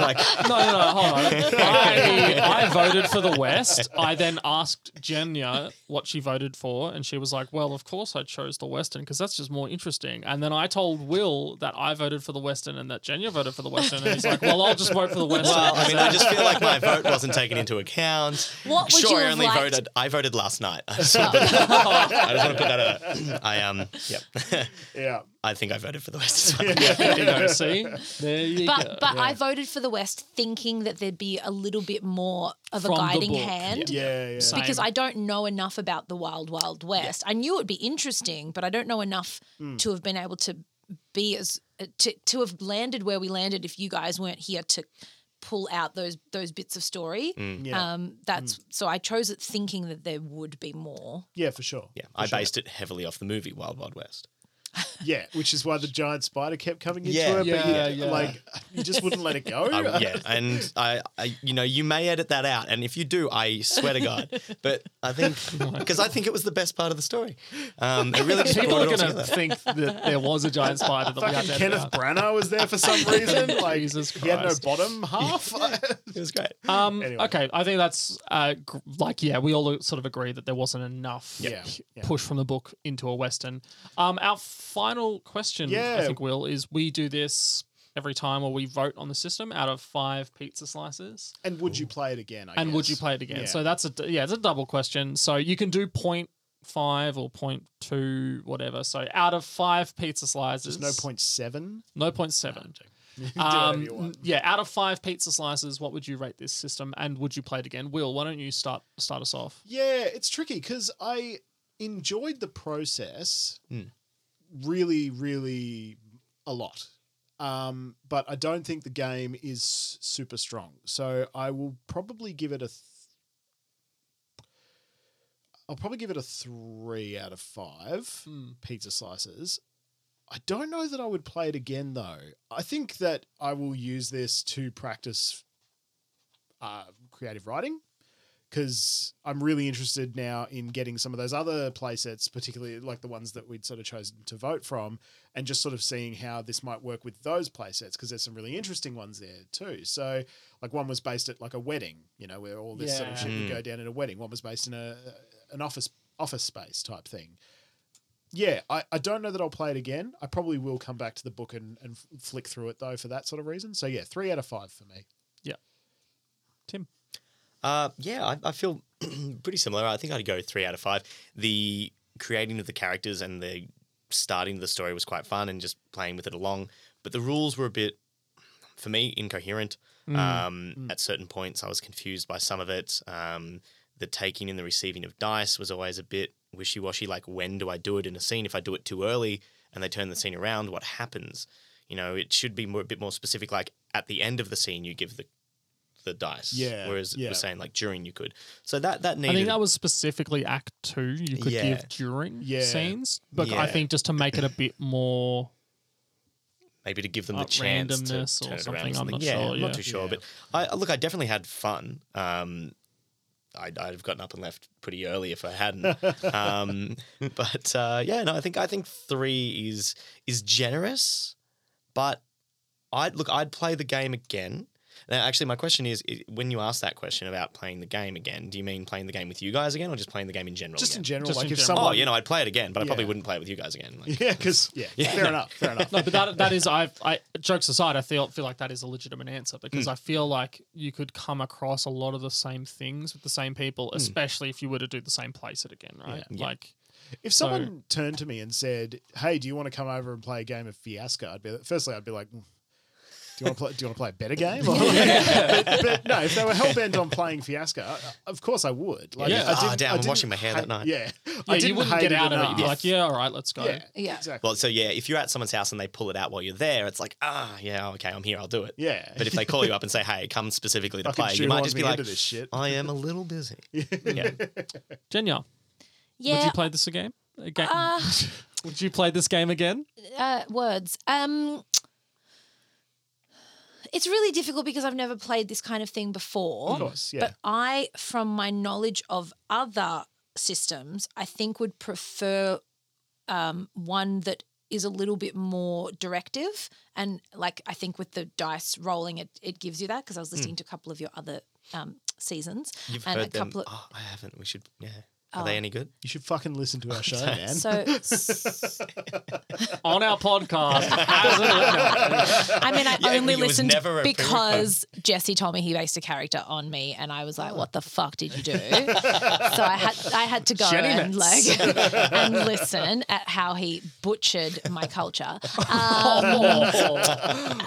Speaker 4: like,
Speaker 3: No, no, no, hold on. I, I voted for the West. I then asked Jenya what she voted for, and she was like, Well, of course I chose the Western because that's just more interesting. And then I told Will that I voted for the Western and that Jenya voted for the Western. And he's like, Well, I'll just vote for the Western.
Speaker 4: well, I mean, I just feel like my vote wasn't taken into account.
Speaker 5: What would
Speaker 4: sure,
Speaker 5: you
Speaker 4: I
Speaker 5: have
Speaker 4: only [laughs]
Speaker 5: liked? Oh.
Speaker 4: voted. I voted last night. I just want to put that out. I just want to put that out. I um, yep.
Speaker 2: Yeah.
Speaker 4: [laughs] I think I voted for the West
Speaker 2: [laughs]
Speaker 4: as well.
Speaker 3: There [laughs] you go. See, there you go.
Speaker 5: But but I voted for the West thinking that there'd be a little bit more of
Speaker 3: From
Speaker 5: a
Speaker 3: the
Speaker 5: guiding
Speaker 3: book.
Speaker 5: hand.
Speaker 2: Yeah. Yeah.
Speaker 3: Same.
Speaker 5: Because I don't know enough about the Wild Wild West. I knew it'd be interesting, but I don't know enough
Speaker 3: Mm.
Speaker 5: to have been able to be as uh, to to have landed where we landed if you guys weren't here to pull out those those bits of story.
Speaker 3: Mm.
Speaker 2: Yeah.
Speaker 5: Um, that's so I chose it thinking that there would be more.
Speaker 2: yeah. For sure.
Speaker 4: Yeah,
Speaker 2: For
Speaker 4: I
Speaker 2: sure.
Speaker 4: based it heavily off the movie Wild Wild West.
Speaker 2: Yeah, which is why the giant spider kept coming into
Speaker 4: Yeah.
Speaker 2: it. but
Speaker 3: Yeah,
Speaker 2: you,
Speaker 3: yeah.
Speaker 2: like you just wouldn't let it go. [laughs]
Speaker 4: I, yeah, and I, I, you know, you may edit that out, and if you do, I swear to God. But
Speaker 3: [laughs]
Speaker 4: I think because I think it was the best part of the story. Um, it
Speaker 3: [laughs]
Speaker 4: really just
Speaker 3: People
Speaker 4: brought
Speaker 3: are
Speaker 4: it all
Speaker 3: going to
Speaker 4: together.
Speaker 3: think
Speaker 2: [laughs]
Speaker 3: that there was a giant spider that we had
Speaker 2: Fucking
Speaker 3: to edit
Speaker 2: Kenneth
Speaker 3: out.
Speaker 2: Branagh was there for some reason.
Speaker 3: [laughs]
Speaker 2: Like
Speaker 3: Jesus
Speaker 2: he had no
Speaker 3: Christ.
Speaker 2: bottom half.
Speaker 4: It was great.
Speaker 3: Um,
Speaker 2: Anyway.
Speaker 3: Okay, I think that's uh, gr- like yeah, we all sort of agree that there wasn't enough
Speaker 2: Yeah, yeah.
Speaker 3: push from the book into a western. Um, our final question,
Speaker 2: Yeah.
Speaker 3: I think, Will, is we do this every time, or we vote on the system out of five pizza slices,
Speaker 2: [laughs] and would you play it again? I
Speaker 3: and would you
Speaker 2: guess?
Speaker 3: play it again?
Speaker 2: Yeah.
Speaker 3: So that's a d- yeah, it's a double question. So you can do point five or point two, whatever. So out of five pizza slices,
Speaker 2: There's no point seven.
Speaker 3: no point seven.
Speaker 2: whatever [laughs] you
Speaker 3: Um,
Speaker 2: want.
Speaker 3: yeah, out of five pizza slices, what would you rate this system, and would you play it again? Will, why don't you start start us off?
Speaker 2: Yeah, it's tricky because I enjoyed the process
Speaker 4: Hmm.
Speaker 2: really, really a lot. Um, but I don't think the game is s- super strong. So I will probably give it a. Th- I'll probably give it a three out of five
Speaker 4: Hmm.
Speaker 2: pizza slices. I don't know that I would play it again though. I think that I will use this to practice uh, creative writing because I'm really interested now in getting some of those other playsets, particularly like the ones that we'd sort of chosen to vote from, and just sort of seeing how this might work with those playsets because there's some really interesting ones there too. So, like one was based at like a wedding, you know, where all this sort of
Speaker 3: Yeah.
Speaker 2: shit
Speaker 4: Mm.
Speaker 2: would go down at a wedding. One was based in a an office office space type thing. Yeah, I, I don't know that I'll play it again. I probably will come back to the book and, and f- flick through it though for that sort of reason. So yeah, three out of five for me.
Speaker 3: Tim,
Speaker 4: Uh, yeah, I, I feel [clears throat] pretty similar. I think I'd go three out of five. The creating of the characters and the starting of the story was quite fun, and just playing with it along. But the rules were a bit, for me, incoherent. Um, At certain points, I was confused by some of it. Um, the taking and the receiving of dice was always a bit wishy washy. Like, when do I do it in a scene? If I do it too early and they turn the scene around, what happens? You know, it should be more, a bit more specific. Like, at the end of the scene, you give the the dice.
Speaker 2: Yeah,
Speaker 4: Whereas it
Speaker 2: yeah.
Speaker 4: was saying like during you could. So that that needed.
Speaker 3: I think that was specifically Act Two. You could
Speaker 4: Yeah.
Speaker 3: give during
Speaker 2: Yeah.
Speaker 3: scenes, but I
Speaker 4: Yeah.
Speaker 3: think just to make it a bit more
Speaker 4: maybe to give them
Speaker 3: Uh,
Speaker 4: the chance to turn
Speaker 3: randomness or
Speaker 4: it around.
Speaker 3: something,
Speaker 4: or
Speaker 3: I'm
Speaker 4: something.
Speaker 3: not
Speaker 4: yeah,
Speaker 3: sure,
Speaker 4: I'm
Speaker 3: yeah.
Speaker 4: not too sure,
Speaker 2: Yeah.
Speaker 4: but I look, I definitely had fun. Um, I'd, I'd have gotten up and left pretty early if
Speaker 2: [laughs]
Speaker 4: I hadn't. um, but uh, yeah, no, I think I think three is is generous, but I'd look, I'd play the game again. Now, actually, my question is: i- When you ask that question about playing the game again, do you mean playing the game with you guys again, or just playing the game in general?
Speaker 2: Just
Speaker 4: again?
Speaker 2: in general,
Speaker 3: Just
Speaker 2: like
Speaker 3: in
Speaker 2: if
Speaker 3: general.
Speaker 2: someone
Speaker 4: Oh, you know, I'd play it again, but I probably
Speaker 2: Yeah.
Speaker 4: wouldn't play it with you guys again.
Speaker 2: [laughs]
Speaker 4: Like,
Speaker 2: Yeah, because yeah, fair enough,
Speaker 3: [laughs]
Speaker 2: fair enough.
Speaker 3: No, but that that is I I jokes aside, I feel feel like that is a legitimate answer because
Speaker 4: Hmm.
Speaker 3: I feel like you could come across a lot of the same things with the same
Speaker 4: Hmm.
Speaker 3: people, especially if you were to do the same place it again, right? Like
Speaker 2: If someone turned to me and said, "Hey, do you want to come over and play a game of Fiasco?" I'd be firstly, I'd be like. "Mm, Do you want to play? Do you want to play a better
Speaker 3: [laughs]
Speaker 2: game? Or- but, but no, if they were hell bent on playing Fiasco, I- of course I would. Like,
Speaker 3: Yeah.
Speaker 2: I
Speaker 4: Ah,
Speaker 2: didn't-
Speaker 4: damn,
Speaker 2: I
Speaker 4: I'm
Speaker 2: didn't
Speaker 4: washing my hair that
Speaker 2: hate-
Speaker 4: night.
Speaker 2: Yeah,
Speaker 3: yeah, you wouldn't
Speaker 2: hate
Speaker 3: get out of it. You'd be
Speaker 2: enough.
Speaker 3: like, yeah, all right, let's go.
Speaker 2: yeah,
Speaker 5: Yeah.
Speaker 2: exactly.
Speaker 4: Well, so yeah, if you're at someone's house and they pull it out while you're there, it's like, ah, yeah, okay, I'm here, I'll do it.
Speaker 2: yeah,
Speaker 4: But if they call you up and say, hey, come specifically to
Speaker 2: Fucking
Speaker 4: play, you
Speaker 2: shoehorn
Speaker 4: might just
Speaker 2: me
Speaker 4: be like,
Speaker 2: into this shit.
Speaker 4: I am a little busy. yeah.
Speaker 3: Jenya, would
Speaker 5: Yeah,
Speaker 3: you play this again? Again?
Speaker 5: uh,
Speaker 3: [laughs] would you play this game again?
Speaker 5: uh, words. Um, it's really difficult because I've never played this kind of thing before.
Speaker 2: of course, yeah.
Speaker 5: But I, from my knowledge of other systems, I think would prefer um, one that is a little bit more directive. And like I think with the dice rolling, it, it gives you that
Speaker 2: Hmm.
Speaker 5: because I was listening to a couple of your other um, seasons
Speaker 4: You've
Speaker 5: and a
Speaker 4: heard them.
Speaker 5: couple of
Speaker 4: Oh, I haven't. We should, yeah. Are they any good?
Speaker 2: You should fucking listen
Speaker 4: [laughs]
Speaker 2: to our show, man.
Speaker 5: So, s-
Speaker 3: on our [laughs] podcast. as a winner.
Speaker 5: I mean, I
Speaker 4: Yeah,
Speaker 5: only
Speaker 4: it was
Speaker 5: listened
Speaker 4: never a pre-record.
Speaker 5: because Jesse told me he based a character on me, and I was like, "What the fuck did you do?" so I had I had to go
Speaker 3: Jenny
Speaker 5: and
Speaker 3: Metz.
Speaker 5: like and listen at how he butchered my culture. Um,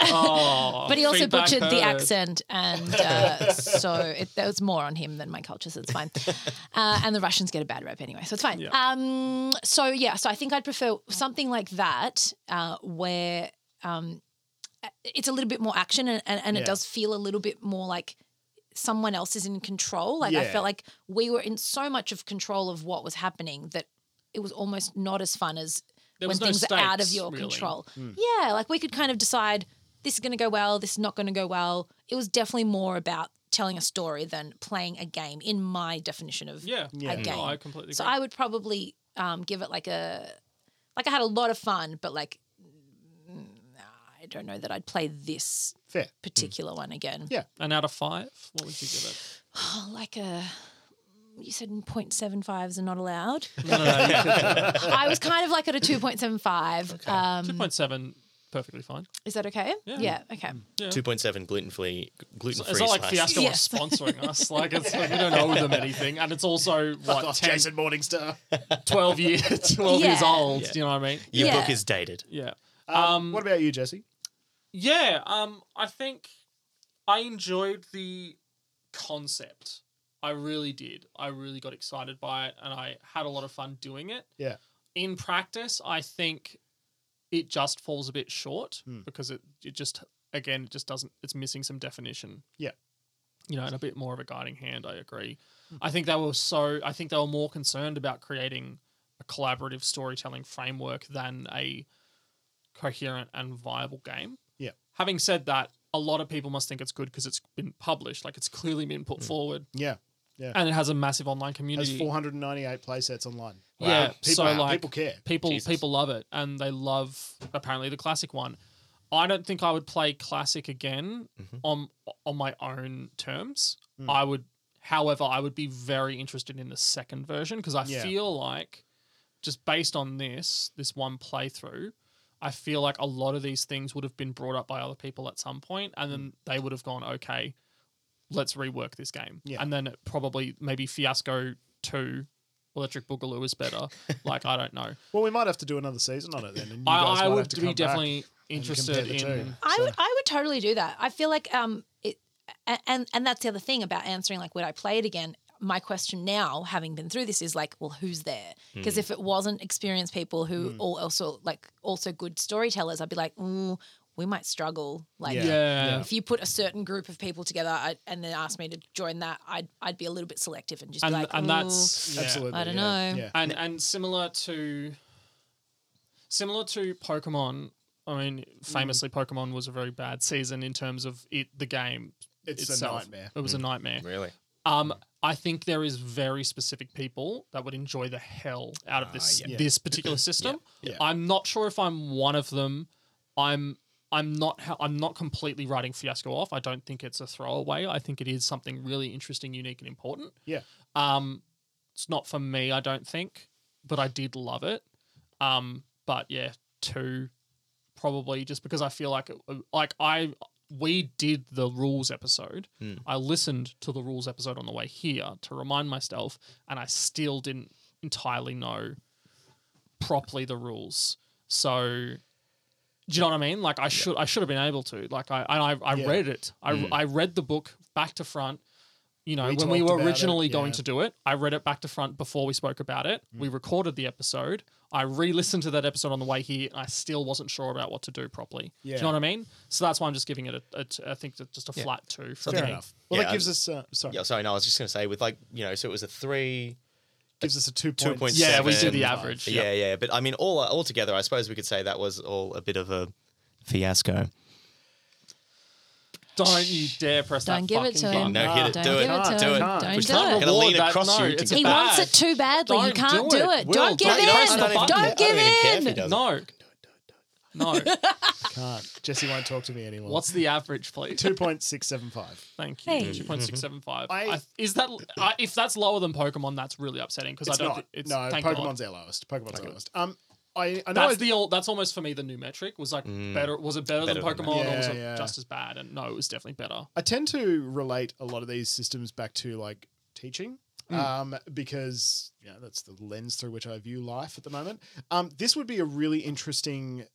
Speaker 3: Oh,
Speaker 5: but he also
Speaker 3: feedback
Speaker 5: butchered the
Speaker 3: heard.
Speaker 5: accent,
Speaker 3: [laughs]
Speaker 5: and uh, so it, there was more on him than my culture, so
Speaker 3: [laughs]
Speaker 5: it's fine. Uh, and the Russians get a bad rep anyway, so it's fine. Um, so yeah, so I think I'd prefer something like that, uh, where um, it's a little bit more action, and, and, and
Speaker 2: Yeah.
Speaker 5: it does feel a little bit more like someone else is in control. Like I
Speaker 2: Yeah.
Speaker 5: felt like we were in so much of control of what was happening that it was almost not as fun as
Speaker 3: There
Speaker 5: when
Speaker 3: was no
Speaker 5: things are out of
Speaker 3: stakes,
Speaker 5: your
Speaker 3: really.
Speaker 5: control.
Speaker 3: Hmm.
Speaker 5: Yeah, like we could kind of decide this is going to go well, this is not going to go well. It was definitely more about telling a story than playing a game, in my definition of
Speaker 3: Yeah,
Speaker 5: a game.
Speaker 3: No, I completely.
Speaker 5: so
Speaker 3: agree.
Speaker 5: I would probably um, give it like a like I had a lot of fun, but like mm, I don't know that I'd play
Speaker 3: Hmm.
Speaker 5: this
Speaker 2: Fair.
Speaker 5: particular one again.
Speaker 2: Yeah.
Speaker 3: and out of five, what would you give it?
Speaker 5: Oh, like a. You said 0.75s are not allowed.
Speaker 3: [laughs] No, no, no,
Speaker 5: I was kind of like at a 2.75.
Speaker 3: two
Speaker 5: Um,
Speaker 3: point seven, perfectly fine.
Speaker 5: is that okay?
Speaker 3: Yeah. Hmm.
Speaker 5: okay.
Speaker 3: Yeah.
Speaker 4: Two point seven gluten free, gluten
Speaker 3: It's,
Speaker 4: free.
Speaker 3: it's not like Fiasco are
Speaker 5: Yes.
Speaker 3: sponsoring
Speaker 5: [laughs]
Speaker 3: us. Like, it's, we don't owe them anything, and it's also
Speaker 2: Fuck
Speaker 3: what
Speaker 2: off,
Speaker 3: 10,
Speaker 2: Oh, Jason Morningstar. Um,
Speaker 3: 12 years, [laughs] twelve years
Speaker 5: Yeah.
Speaker 3: old.
Speaker 4: Yeah.
Speaker 3: Do you know what I mean?
Speaker 4: Your
Speaker 5: Yeah.
Speaker 4: book is dated.
Speaker 3: Yeah.
Speaker 2: Um, what about you, Jesse?
Speaker 3: Yeah, um, I think I enjoyed the concept. I really did. I really got excited by it, and I had a lot of fun doing it.
Speaker 2: Yeah.
Speaker 3: In practice, I think it just falls a bit short
Speaker 2: Hmm.
Speaker 3: because it it just again it just doesn't it's missing some definition.
Speaker 2: Yeah.
Speaker 3: You know, and a bit more of a guiding hand. I agree.
Speaker 2: Hmm.
Speaker 3: I think they were so. I think they were more concerned about creating a collaborative storytelling framework than a coherent and viable game.
Speaker 2: Yeah.
Speaker 3: Having said that, a lot of people must think it's good because it's been published. Like it's clearly been put forward,
Speaker 2: Yeah.
Speaker 3: and it has a massive online
Speaker 2: Has
Speaker 3: community.
Speaker 2: 498 playsets online.
Speaker 3: Yeah,
Speaker 2: People,
Speaker 3: so like
Speaker 2: people care.
Speaker 3: people
Speaker 4: Jesus.
Speaker 3: people love it, and they love apparently the classic one. I don't think I would play classic again
Speaker 2: Mm-hmm.
Speaker 3: on on my own terms.
Speaker 2: Hmm.
Speaker 3: I would, however, I would be very interested in the second version because I
Speaker 2: Yeah.
Speaker 3: feel like just based on this this one playthrough. I feel like a lot of these things would have been brought up by other people at some point, and
Speaker 2: Hmm.
Speaker 3: then they would have gone, okay, let's rework this game.
Speaker 2: Yeah.
Speaker 3: And then it probably maybe Fiasco 2, Electric Boogaloo is
Speaker 2: [laughs]
Speaker 3: better. like, I don't know.
Speaker 2: Well, we might have to do another season on it then. And you guys
Speaker 3: I, I
Speaker 2: might have
Speaker 3: would
Speaker 2: to come
Speaker 3: be
Speaker 2: back
Speaker 3: definitely
Speaker 2: and compare
Speaker 3: interested
Speaker 2: the two.
Speaker 3: in.
Speaker 5: I would, I would totally do that. I feel like um it a- and and that's the other thing about answering like would I play it again? My question now, having been through this, is like, well, who's there?
Speaker 3: Mm.
Speaker 5: Because if it wasn't experienced people who all also like also good storytellers, I'd be like, ooh, we might struggle. Like,
Speaker 2: Yeah.
Speaker 3: Yeah.
Speaker 5: if you put a certain group of people together I, and then asked me to join that, I'd I'd be a little bit selective and just
Speaker 3: And,
Speaker 5: be like, "Mm,
Speaker 3: and
Speaker 5: "Ooh."
Speaker 3: that's. yeah.
Speaker 2: Absolutely.
Speaker 5: I don't
Speaker 2: yeah.
Speaker 5: know.
Speaker 2: Yeah.
Speaker 3: and and similar to similar to Pokemon. I mean,
Speaker 2: Mm.
Speaker 3: famously, Pokemon was a very bad season in terms of it. The game
Speaker 2: It's a
Speaker 3: itself.
Speaker 2: nightmare. Mm.
Speaker 3: It was a nightmare.
Speaker 4: Really?
Speaker 3: Um, I think there is very specific people that would enjoy the hell out of this
Speaker 4: Ah,
Speaker 2: [clears throat] yeah.
Speaker 3: this particular system.
Speaker 2: Yeah.
Speaker 3: I'm not sure if I'm one of them. I'm I'm not ha- I'm not completely writing Fiasco off. I don't think it's a throwaway. I think it is something really interesting, unique, and important.
Speaker 2: Yeah.
Speaker 3: Um, it's not for me, I don't think, but I did love it. Um, but yeah, two probably just because I feel like it, like I we did the rules episode.
Speaker 2: Hmm.
Speaker 3: I listened to the rules episode on the way here to remind myself, and I still didn't entirely know properly the rules. So. Do you know what I mean? Like I should, I should have been able to. Like I, and I, I
Speaker 2: Yeah. Hmm.
Speaker 3: read it. I, I read the book back to front. You know,
Speaker 2: We
Speaker 3: when we
Speaker 2: talked
Speaker 3: were
Speaker 2: about it,
Speaker 3: originally going
Speaker 2: yeah.
Speaker 3: to do it, I read it back to front before we spoke about it.
Speaker 2: Mm.
Speaker 3: We recorded the episode. I re-listened to that episode on the way here, and I still wasn't sure about what to do properly. Do
Speaker 2: Yeah.
Speaker 3: you know what I mean? So that's why I'm just giving it a, a t- I think that just a flat two. For
Speaker 2: Fair
Speaker 3: me.
Speaker 2: enough. Well,
Speaker 4: Yeah,
Speaker 2: that gives
Speaker 4: and-
Speaker 2: us, uh, sorry,
Speaker 4: Yeah. Sorry. No, I was just gonna say with like you know, so it was a three.
Speaker 2: gives us a 2.
Speaker 4: Two point
Speaker 3: Yeah, we do
Speaker 4: Seven.
Speaker 3: the average.
Speaker 4: Yeah, yeah. But I mean, all altogether, I suppose we could say that was all a bit of a fiasco.
Speaker 3: Don't you dare press
Speaker 5: Don't
Speaker 3: that
Speaker 5: give it
Speaker 3: fucking
Speaker 5: to
Speaker 3: button.
Speaker 5: him.
Speaker 4: No, hit it.
Speaker 5: Don't
Speaker 4: Do
Speaker 5: give
Speaker 4: it.
Speaker 5: it to
Speaker 4: Do
Speaker 5: him.
Speaker 4: it.
Speaker 5: Don't
Speaker 4: We're
Speaker 5: do
Speaker 4: not
Speaker 5: it.
Speaker 4: gonna lean
Speaker 3: that-
Speaker 4: across
Speaker 3: no,
Speaker 4: you to
Speaker 3: it's
Speaker 4: get
Speaker 5: He
Speaker 4: back.
Speaker 3: bad.
Speaker 5: wants it too badly. you
Speaker 3: Don't
Speaker 5: can't
Speaker 3: do
Speaker 5: do
Speaker 3: it.
Speaker 5: it.
Speaker 3: Will,
Speaker 5: Don't give
Speaker 3: don't press
Speaker 5: in.
Speaker 3: the button.
Speaker 5: Don't give
Speaker 4: I don't even care if he
Speaker 5: in.
Speaker 4: doesn't.
Speaker 3: No, No.
Speaker 4: [laughs]
Speaker 2: Can't. Jesse won't talk to me anymore.
Speaker 3: What's the average, please?
Speaker 2: two point six
Speaker 3: [laughs]
Speaker 2: seven five?
Speaker 3: Thank
Speaker 5: Hey.
Speaker 3: you. Two point six seven five.
Speaker 2: I-
Speaker 3: Is that I, if that's lower than Pokemon? That's really upsetting because I
Speaker 2: It's
Speaker 3: don't.
Speaker 2: not.
Speaker 3: thi- it's
Speaker 2: no,
Speaker 3: thank God.
Speaker 2: Pokemon's our lowest. Pokemon's our lowest. Um, I, I know
Speaker 3: That's
Speaker 2: I-
Speaker 3: the old, that's almost for me the new metric was like better. Was it better, than
Speaker 4: Mm. Better than
Speaker 3: Pokemon or was
Speaker 2: Yeah,
Speaker 3: it
Speaker 2: yeah.
Speaker 3: just as bad? And no, it was definitely better.
Speaker 2: I tend to relate a lot of these systems back to like teaching.
Speaker 3: Mm.
Speaker 2: Um, because you know, that's the lens through which I view life at the moment. Um, this would be a really interesting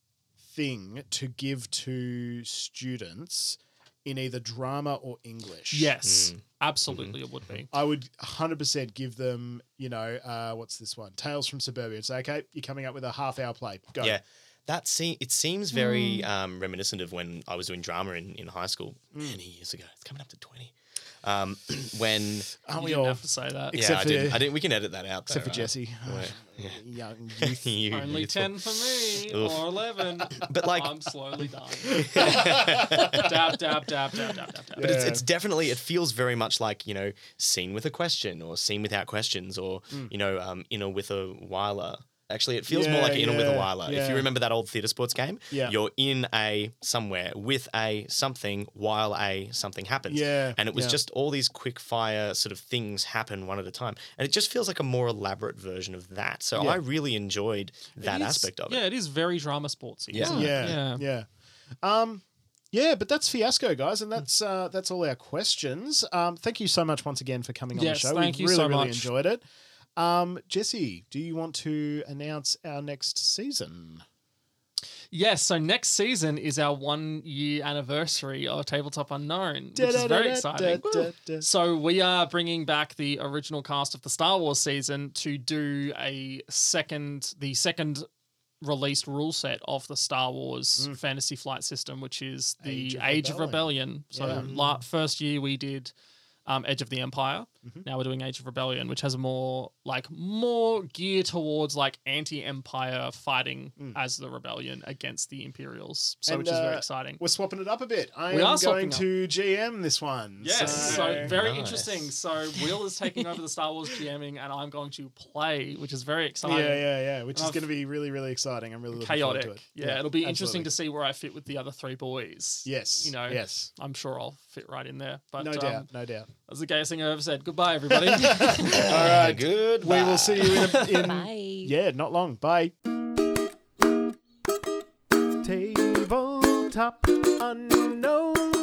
Speaker 2: thing to give to students in either drama or English.
Speaker 4: Mm-hmm.
Speaker 3: Yes, Mm. absolutely, it would be.
Speaker 2: I would 100% give them, you know, uh, what's this one? Tales from Suburbia. It's like, okay, you're coming up with a half hour play. Go.
Speaker 4: Yeah. That se- it seems
Speaker 2: Hmm.
Speaker 4: very um, reminiscent of when I was doing drama in, in high school many years ago. It's coming up to 20. Um, [clears throat] when,
Speaker 2: Aren't
Speaker 3: You
Speaker 2: we
Speaker 3: didn't
Speaker 2: all?
Speaker 3: have to say that.
Speaker 4: [laughs]
Speaker 2: Except
Speaker 4: yeah, I
Speaker 2: for-
Speaker 4: didn't, I didn't, we can edit that out.
Speaker 2: Except
Speaker 4: though,
Speaker 2: for Jesse. [laughs]
Speaker 4: right? Yeah.
Speaker 2: Young youth.
Speaker 4: [laughs] You-
Speaker 3: Only
Speaker 4: youthful.
Speaker 3: ten for me
Speaker 4: Oof.
Speaker 3: or eleven.
Speaker 4: But, like-
Speaker 3: I'm slowly dying. dab, dab, dab, dab, dab, dab, dab.
Speaker 4: But it's,
Speaker 2: Yeah.
Speaker 4: it's definitely it feels very much like you know scene with a question or scene without questions or
Speaker 2: Mm.
Speaker 4: you know um, inner with a whiler. Actually, it feels more
Speaker 2: Yeah,
Speaker 4: like inner with a
Speaker 2: yeah,
Speaker 4: whiler. If
Speaker 2: yeah.
Speaker 4: you remember that old theatre sports game,
Speaker 2: Yeah.
Speaker 4: you're in a somewhere with a something while a something happens.
Speaker 2: Yeah,
Speaker 4: and it was
Speaker 2: yeah.
Speaker 4: just all these quick fire sort of things happen one at a time, and it just feels like a more elaborate version of that. So
Speaker 2: Yeah.
Speaker 4: I really enjoyed that
Speaker 3: It is-
Speaker 4: aspect of it.
Speaker 3: Yeah, it is very drama sportsy.
Speaker 4: Yeah.
Speaker 3: isn't it?
Speaker 2: Yeah, yeah, Um, yeah, but that's fiasco, guys, and that's uh, that's all our questions. Um, thank you so much once again for coming on
Speaker 3: Yes,
Speaker 2: the show.
Speaker 3: thank
Speaker 2: we
Speaker 3: you
Speaker 2: really,
Speaker 3: so
Speaker 2: really
Speaker 3: much.
Speaker 2: enjoyed it. Um, Jesse, do you want to announce our next season?
Speaker 3: Yes, so next season is our one year anniversary of Tabletop Unknown, which is very exciting. So we are bringing back the original cast of the Star Wars season to do a second, the second released rule set of the Star Wars Fantasy Flight system, which is the
Speaker 2: Mm. Age
Speaker 3: Age
Speaker 2: of
Speaker 3: of,
Speaker 2: Rebellion.
Speaker 3: Rebellion. So la- first year we did um, Edge of the Empire.
Speaker 2: Mm-hmm.
Speaker 3: Now we're doing Age of Rebellion, which has a more like more gear towards like anti-empire fighting as the rebellion against the Imperials. So
Speaker 2: Mm. And,
Speaker 3: which is very
Speaker 2: uh,
Speaker 3: exciting.
Speaker 2: We're swapping it up a bit. I
Speaker 3: We
Speaker 2: am
Speaker 3: are
Speaker 2: going
Speaker 3: swapping up.
Speaker 2: to GM this one.
Speaker 3: Yes, so,
Speaker 2: so-
Speaker 3: very
Speaker 4: Nice.
Speaker 3: interesting. So Will is taking over the Star Wars GMing, and I'm going to play, which is very
Speaker 2: yeah,
Speaker 3: exciting.
Speaker 2: yeah, yeah, which is
Speaker 3: I've-
Speaker 2: going to be really, really exciting. I'm really looking
Speaker 3: Chaotic.
Speaker 2: forward to it.
Speaker 3: yeah, it'll be
Speaker 2: absolutely.
Speaker 3: interesting to see where I fit with the other three boys.
Speaker 2: Yes,
Speaker 3: You know,
Speaker 2: yes,
Speaker 3: I'm sure I'll fit right in there. But
Speaker 2: no
Speaker 3: um,
Speaker 2: doubt, no doubt.
Speaker 3: That's the gayest thing I've ever said. Goodbye, everybody.
Speaker 2: [laughs]
Speaker 4: All right, good.
Speaker 2: We will see you
Speaker 3: [laughs]
Speaker 2: in, in
Speaker 5: Bye.
Speaker 2: Yeah, not long. Bye. Tabletop unknown.